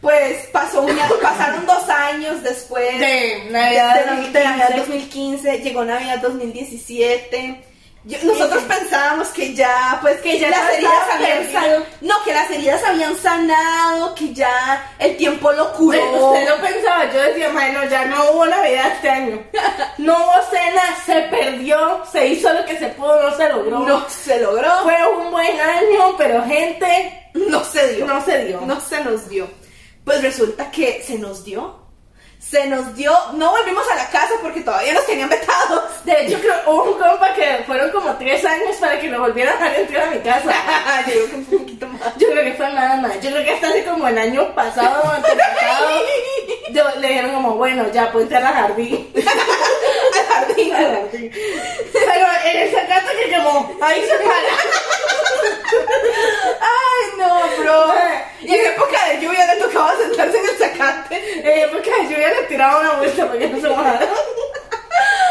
S2: pues pasó un año- pasaron dos años después.
S4: De
S2: de,
S4: Navidad
S2: de- de Navidad
S4: 2015.
S2: 2015, llegó Navidad 2017. Yo- nosotros pensábamos que ya, pues
S4: Que ya
S2: las
S4: todo
S2: heridas
S4: estaba
S2: habían
S4: perdido.
S2: sanado. No, que las heridas habían sanado, que ya el tiempo lo curó.
S4: Bueno, usted lo pensaba, yo decía, bueno, ya no hubo Navidad este año. No hubo cena, se perdió, se hizo lo que se pudo, no se logró.
S2: No se logró,
S4: Fue un buen año, pero gente,
S2: no se dio.
S4: no se dio.
S2: No se nos dio. Pues resulta que se nos dio. Se nos dio. No volvimos a la casa porque todavía nos tenían vetados.
S4: De hecho, creo hubo un compa que fueron como tres años para que lo volvieran a entrar a mi casa.
S2: Yo creo que fue un poquito más.
S4: Yo creo que fue nada más. Yo creo que hasta hace como el año pasado, antepasado, yo- le dijeron como, bueno, ya ponte a la jardín.
S2: Al jardín.
S4: Pero en esa casa que como, ahí se para.
S2: Ay, no, bro. Y en época de lluvia le tocaba sentarse en el sacate.
S4: Eh, porque yo ya le tiraba una vuelta porque no se mojara.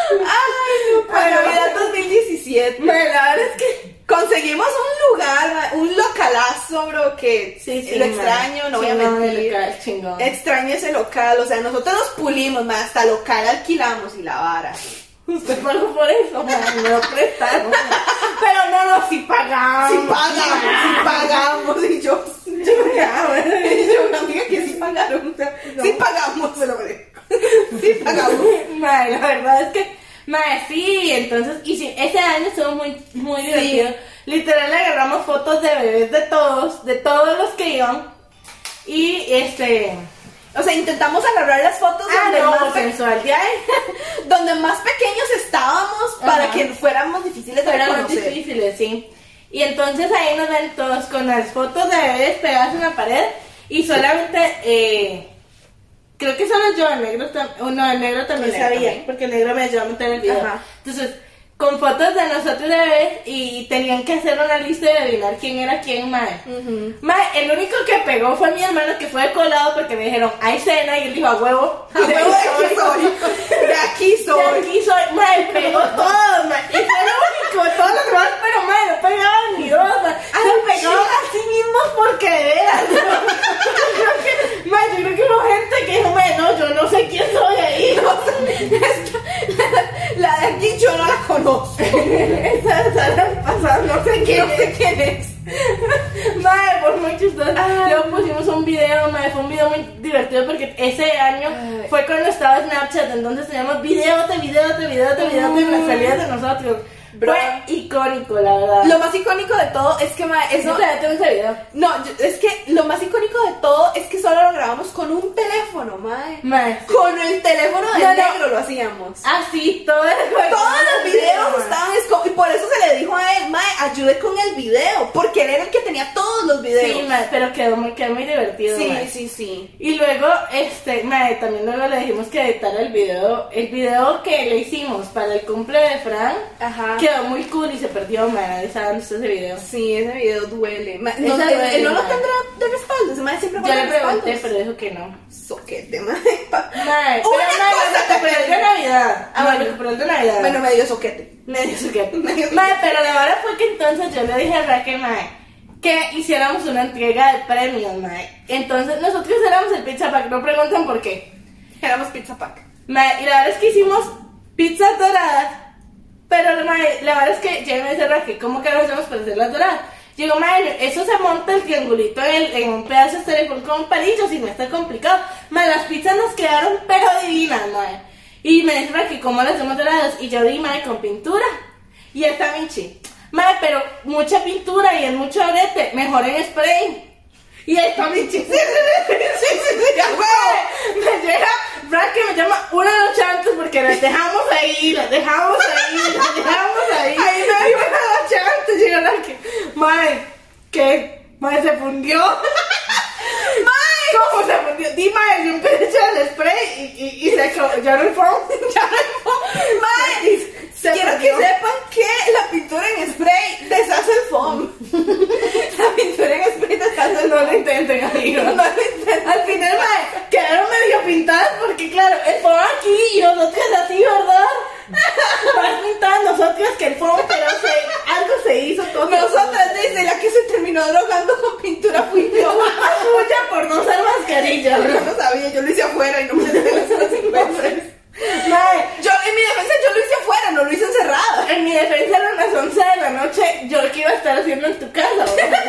S2: Ay, no, para
S4: Ay, no.
S2: Navidad 2017.
S4: Madre, la verdad es que.
S2: Conseguimos un lugar, un localazo, bro, que lo extraño, no voy a
S4: Chingón,
S2: mentir.
S4: local, chingón.
S2: Extraño ese local, o sea, nosotros nos pulimos, más hasta local alquilamos y la vara.
S4: Usted pagó por eso, madre, me lo prestaron. Pero no, no, sí pagamos.
S2: Sí pagamos, sí pagamos, y yo,
S4: Yo pagaba.
S2: y yo, una amiga que sí pagaron, o sea, sí pagamos, se lo merezco. sí pagamos.
S4: Madre, la verdad es que. Madre, sí, entonces. Y sí, ese año estuvo muy, muy divertido. Literal, le agarramos fotos de bebés de todos, de todos los que iban. Y este.
S2: O sea, intentamos agarrar las fotos
S4: Ah,
S2: donde
S4: no,
S2: más pe-
S4: sensual, ya
S2: donde más pequeños estábamos para
S4: Ajá.
S2: que fuéramos difíciles de
S4: Fueron muy
S2: reconocer.
S4: difíciles, sí. Y entonces ahí nos ven todos con las fotos de bebés pegadas en la pared y solamente, eh, creo que solo yo, el negro, tam- oh, no, el negro también
S2: El negro
S4: sabía,
S2: también.
S4: porque el negro me ayudó a meter el video.
S2: Ajá.
S4: Entonces, con fotos de nosotros de bebés y tenían que hacer una lista de adivinar quién era quién, mae.
S2: Ujú.
S4: Mae, el único que pegó fue mi hermano que fue de colado porque me dijeron, hay cena, y él dijo, a huevo,
S2: Ah, De
S4: de
S2: aquí
S4: soy".
S2: soy. De aquí
S4: Yo
S2: soy.
S4: aquí soy, madre, pegó todo, madre. Y fue lo único, todos los demás, pero madre, no pegaban ni dos, madre.
S2: Ah, pues
S4: Se pegaban a sí mismos porque de veras. Yo creo que, madre, yo creo que hubo gente que dijo, madre, no, yo no sé quién soy ahí.
S2: La de aquí yo no la conozco.
S4: Esa estará pasando, no sé
S2: No
S4: quién
S2: sé quién es.
S4: es. Madre, por muy chistoso.
S2: Ah.
S4: Luego pusimos un video, madre, fue un video muy divertido porque ese año
S2: Ay.
S4: fue cuando estaba Snapchat, entonces teníamos videos de videos de videos de videos de las salidas de nosotros.
S2: Ah. Bro.
S4: Fue icónico, la verdad.
S2: Lo más icónico de todo es que ma, eso.
S4: Eso te tengo ese video.
S2: No, yo- es que lo más icónico de todo es que solo lo grabamos con un teléfono, mae.
S4: Mae.
S2: Con el teléfono del
S4: No, no.
S2: negro lo hacíamos.
S4: Así, Ah, todo
S2: Todos los videos estaban esco- y por eso se le dijo a él, Mae, ayude con el video, porque él era el que tenía todos los videos.
S4: Sí, mae, pero quedó muy, quedó muy divertido. mae.
S2: sí, sí, sí.
S4: Y luego, este, mae, también luego le dijimos que editara el video. El video que le hicimos para el cumple de Fran
S2: Ajá.
S4: quedó muy cool y se perdió, mae. Nadie sabe dónde está ese video.
S2: Sí, ese video duele. Ma- No,
S4: Ese
S2: él-
S4: duele,
S2: él no lo
S4: ma.
S2: tendrá de respaldo, ese mae siempre
S4: Yo
S2: pone
S4: le pregunté,
S2: respaldos.
S4: pero dijo que no.
S2: Soquete, mae. pa-
S4: Mae, pero
S2: Una
S4: mae,
S2: cosa
S4: lo recuperó el de Navidad. Ah, bueno, recuperó el de Navidad.
S2: Bueno, me dio soquete.
S4: Medio sujeto. Mae, pero la verdad fue que entonces yo le dije a Raquel, mae, que hiciéramos una entrega de premios, mae. Entonces nosotros éramos el pizza pack, no preguntan por qué.
S2: Éramos pizza pack.
S4: Mae, y la verdad es que hicimos pizzas doradas, pero mae, la verdad es que ya me dice Raquel, ¿cómo que no hacemos para hacer las doradas? Digo, madre, eso se monta el triangulito en, en un pedazo de estereofón con palillos y no está complicado. Madre, las pizzas nos quedaron pero divinas, madre. Y me dice, madre, que cómo las hemos doradas. Y yo di, madre, con pintura. Y está Michi. Madre, pero mucha pintura y es mucho arete, mejor en spray. Y ahí está Michi. Sí, sí, sí, sí, sí, sí, a huevo. Me llega, Frank que me llama una noche antes porque las dejamos ahí, las dejamos ahí, las dejamos ahí. Ahí no hay una noche antes, llega Frank que, madre, ¿qué? Madre, se fundió. Mae, ¿Cómo se fundió? Di, madre, yo empecé a echar el spray y, y, y se co- ya no hay foam, ya no hay foam.
S2: Mae,
S4: Y se
S2: Quiero
S4: fundió.
S2: que sepan que la pintura en spray deshace el foam. la pintura en spray deshace el
S4: No
S2: foam.
S4: lo intenten, amigos.
S2: No lo intenten.
S4: Al final, mae, quedaron medio pintadas porque, claro, el foam aquí y nosotras así, ¿verdad? Más pintadas nosotras que el foam, pero se- algo se hizo con
S2: Nosotras dice la que se terminó drogando con pintura fui
S4: Yo,
S2: yo.
S4: culpa suya por no usar mascarilla,
S2: Yo
S4: ¿verdad?
S2: no sabía, yo lo hice afuera y no me enteré las consecuencias.
S4: Mae,
S2: Yo, en mi defensa, yo lo hice afuera, no lo hice encerrada.
S4: en mi defensa eran las 11 de la noche, yo qué iba a estar haciendo en tu casa, ¿verdad?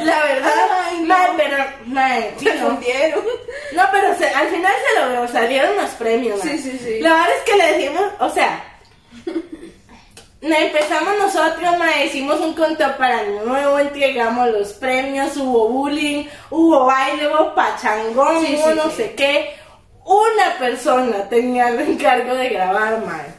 S4: La verdad,
S2: Ay, no.
S4: mae, pero, mae, sí,
S2: Se
S4: no.
S2: fundieron.
S4: No, pero se- al final se logró, salieron los premios.
S2: Sí,
S4: man.
S2: sí, sí.
S4: La verdad es que le decimos, o sea, na- empezamos nosotros, ma, hicimos un conteo para Año nuevo, entregamos los premios, hubo bullying, hubo baile, hubo pachangón,
S2: Sí,
S4: hubo
S2: sí,
S4: no
S2: sí.
S4: sé qué. Una persona tenía el encargo de grabar, mae.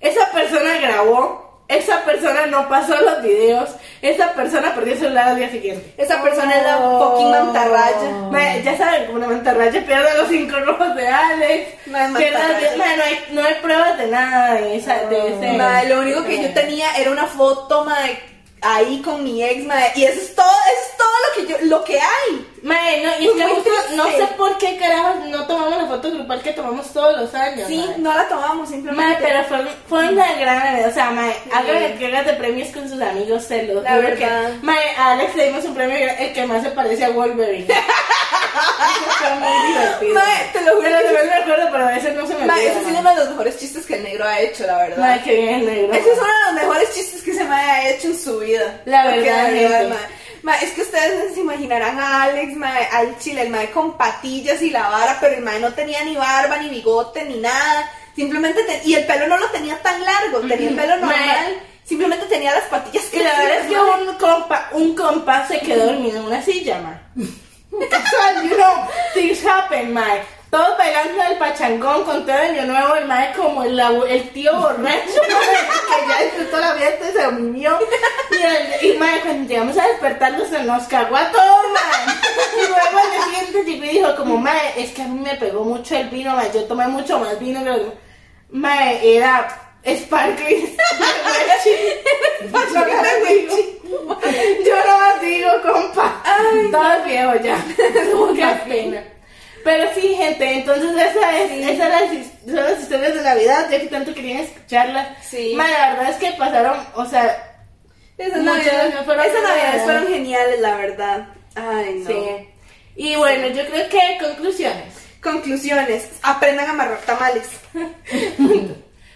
S4: Esa persona grabó, esa persona no pasó los videos, esa persona perdió el celular al día siguiente.
S2: Esa persona es la fucking mantarraya.
S4: Mae, ya saben, como una mantarraya pierde los cinco rojos de Alex.
S2: Mae,
S4: pierde las
S2: mantarraya.
S4: diez- mae, no, hay, no hay pruebas de nada de, esa, de ese.
S2: Madre, lo único que yo tenía era una foto, madre, ahí con mi ex, madre. Y eso es todo, eso es todo lo que yo, lo que hay.
S4: Mae, no, y es que
S2: Muy
S4: justo no
S2: triste.
S4: sé por qué carajos no tomamos la foto grupal que tomamos todos los años.
S2: Sí,
S4: mae.
S2: no la tomamos,
S4: Mae,
S2: simplemente.
S4: pero fue, fue una gran alegría, o sea, mae, hagan entregas de premios con sus amigos, se los
S2: La
S4: juro
S2: verdad.
S4: que, mae, a Alex le dimos un premio, el que más se parece a Wolverine, eso fue muy divertido,
S2: Mae, te lo juro
S4: Pero
S2: que-
S4: también me acuerdo, pero a veces no se me
S2: Madre,
S4: olvida,
S2: ese ha sido
S4: mae.
S2: uno de los mejores chistes que el negro ha hecho, la verdad.
S4: Mae, que bien el negro.
S2: Ese es uno de los mejores chistes que se me ha hecho en su vida.
S4: La
S2: Porque
S4: verdad,
S2: de
S4: gente.
S2: ma- ma, es que ustedes no se imaginarán a Alex, ma, al chile, el mae con patillas y la vara, pero el mae no tenía ni barba, ni bigote, ni nada. Simplemente, te- y el pelo no lo tenía tan largo, tenía el pelo
S4: Mae.
S2: normal. Simplemente tenía las patillas
S4: Y la verdad es que un compa, un compa se quedó dormido en una silla, ma. Casual, you know, things happen, ma. Todos bailando el pachangón con todo el año nuevo, el mae como el, abu- el tío borracho, mae, que ya disfrutó la fiesta y se unió. Y, el, y mae, cuando llegamos a despertarlo se nos cagó a todos, mae. Y luego al día siguiente llegó y dijo como, mae, es que a mí me pegó mucho el vino, mae, yo tomé mucho más vino que los demás". Mae, era sparkling.
S2: Yo no digo.
S4: Yo no más digo, compa. Todos viejos ya. Qué pena. Pero sí, gente, entonces esa es, esas eran las his- son las historias de Navidad, ya que tanto querían escucharlas.
S2: Sí.
S4: Ma, la verdad es que pasaron, o sea,
S2: Esas
S4: Muchas
S2: navidades
S4: gracias, fueron
S2: esas navidades
S4: geniales.
S2: fueron geniales, la verdad. Ay, no.
S4: sí. Y bueno, yo creo que conclusiones.
S2: Conclusiones: aprendan a amarrar tamales.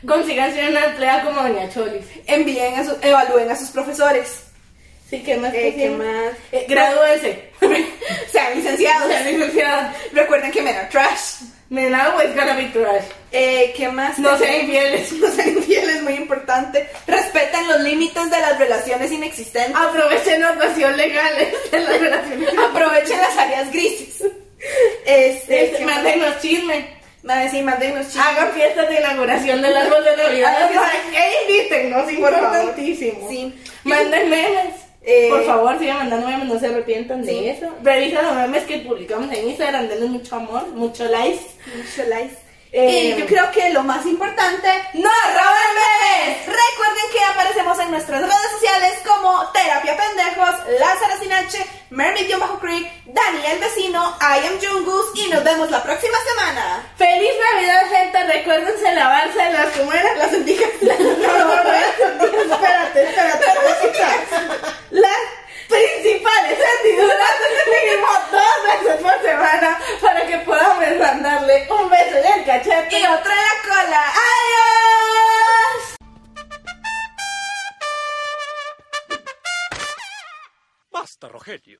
S4: Consigan ser una empleada como Doña Cholis.
S2: Envíen a sus, evalúen a sus profesores.
S4: Sí, ¿qué más?
S2: Eh, ¿Qué
S4: pusimos?
S2: más?
S4: Eh, gradúense.
S2: Sean licenciados.
S4: Sean licenciados.
S2: Recuerden que men are trash.
S4: Men are always gonna be trash.
S2: Eh, ¿Qué más?
S4: No
S2: Tenemos-
S4: sean infieles.
S2: No sean infieles, muy importante. Respeten los límites de las relaciones inexistentes.
S4: Aprovechen ocasión legales de las relaciones.
S2: Aprovechen las áreas grises. Este,
S4: Este,
S2: ¿qué más?
S4: Mándenos chisme.
S2: Madre, sí, mándenos chistes.
S4: Hagan fiestas de inauguración del árbol de Navidad.
S2: Hagan fiestas.
S4: E invítennos,
S2: por favor.
S4: importantísimo.
S2: Sí.
S4: Manden memes.
S2: Eh,
S4: Por favor, sigan mandando memes, no se arrepientan
S2: Sí.
S4: de eso. Revisen los memes que publicamos en Instagram, denles mucho amor, mucho likes.
S2: Mucho likes.
S4: Eh,
S2: y yo creo que lo más importante, no roben memes. Recuerden que aparecemos en nuestras redes sociales como Terapia Pendejos, Lázaro sin H, Mermid Bajo Creek, Dani el Vecino, I am Jungus y nos vemos la próxima semana.
S4: ¡Feliz Navidad, gente! Recuérdense lavarse las comeras.
S2: Las sentijas. Las
S4: No, no, no, no, espérate, espérate, cositas. Las principales hendiduras mínimo dos veces por semana para que podamos mandarle un beso en el cachete
S2: y otra en la cola. ¡Adiós!
S6: gusta Rogelio.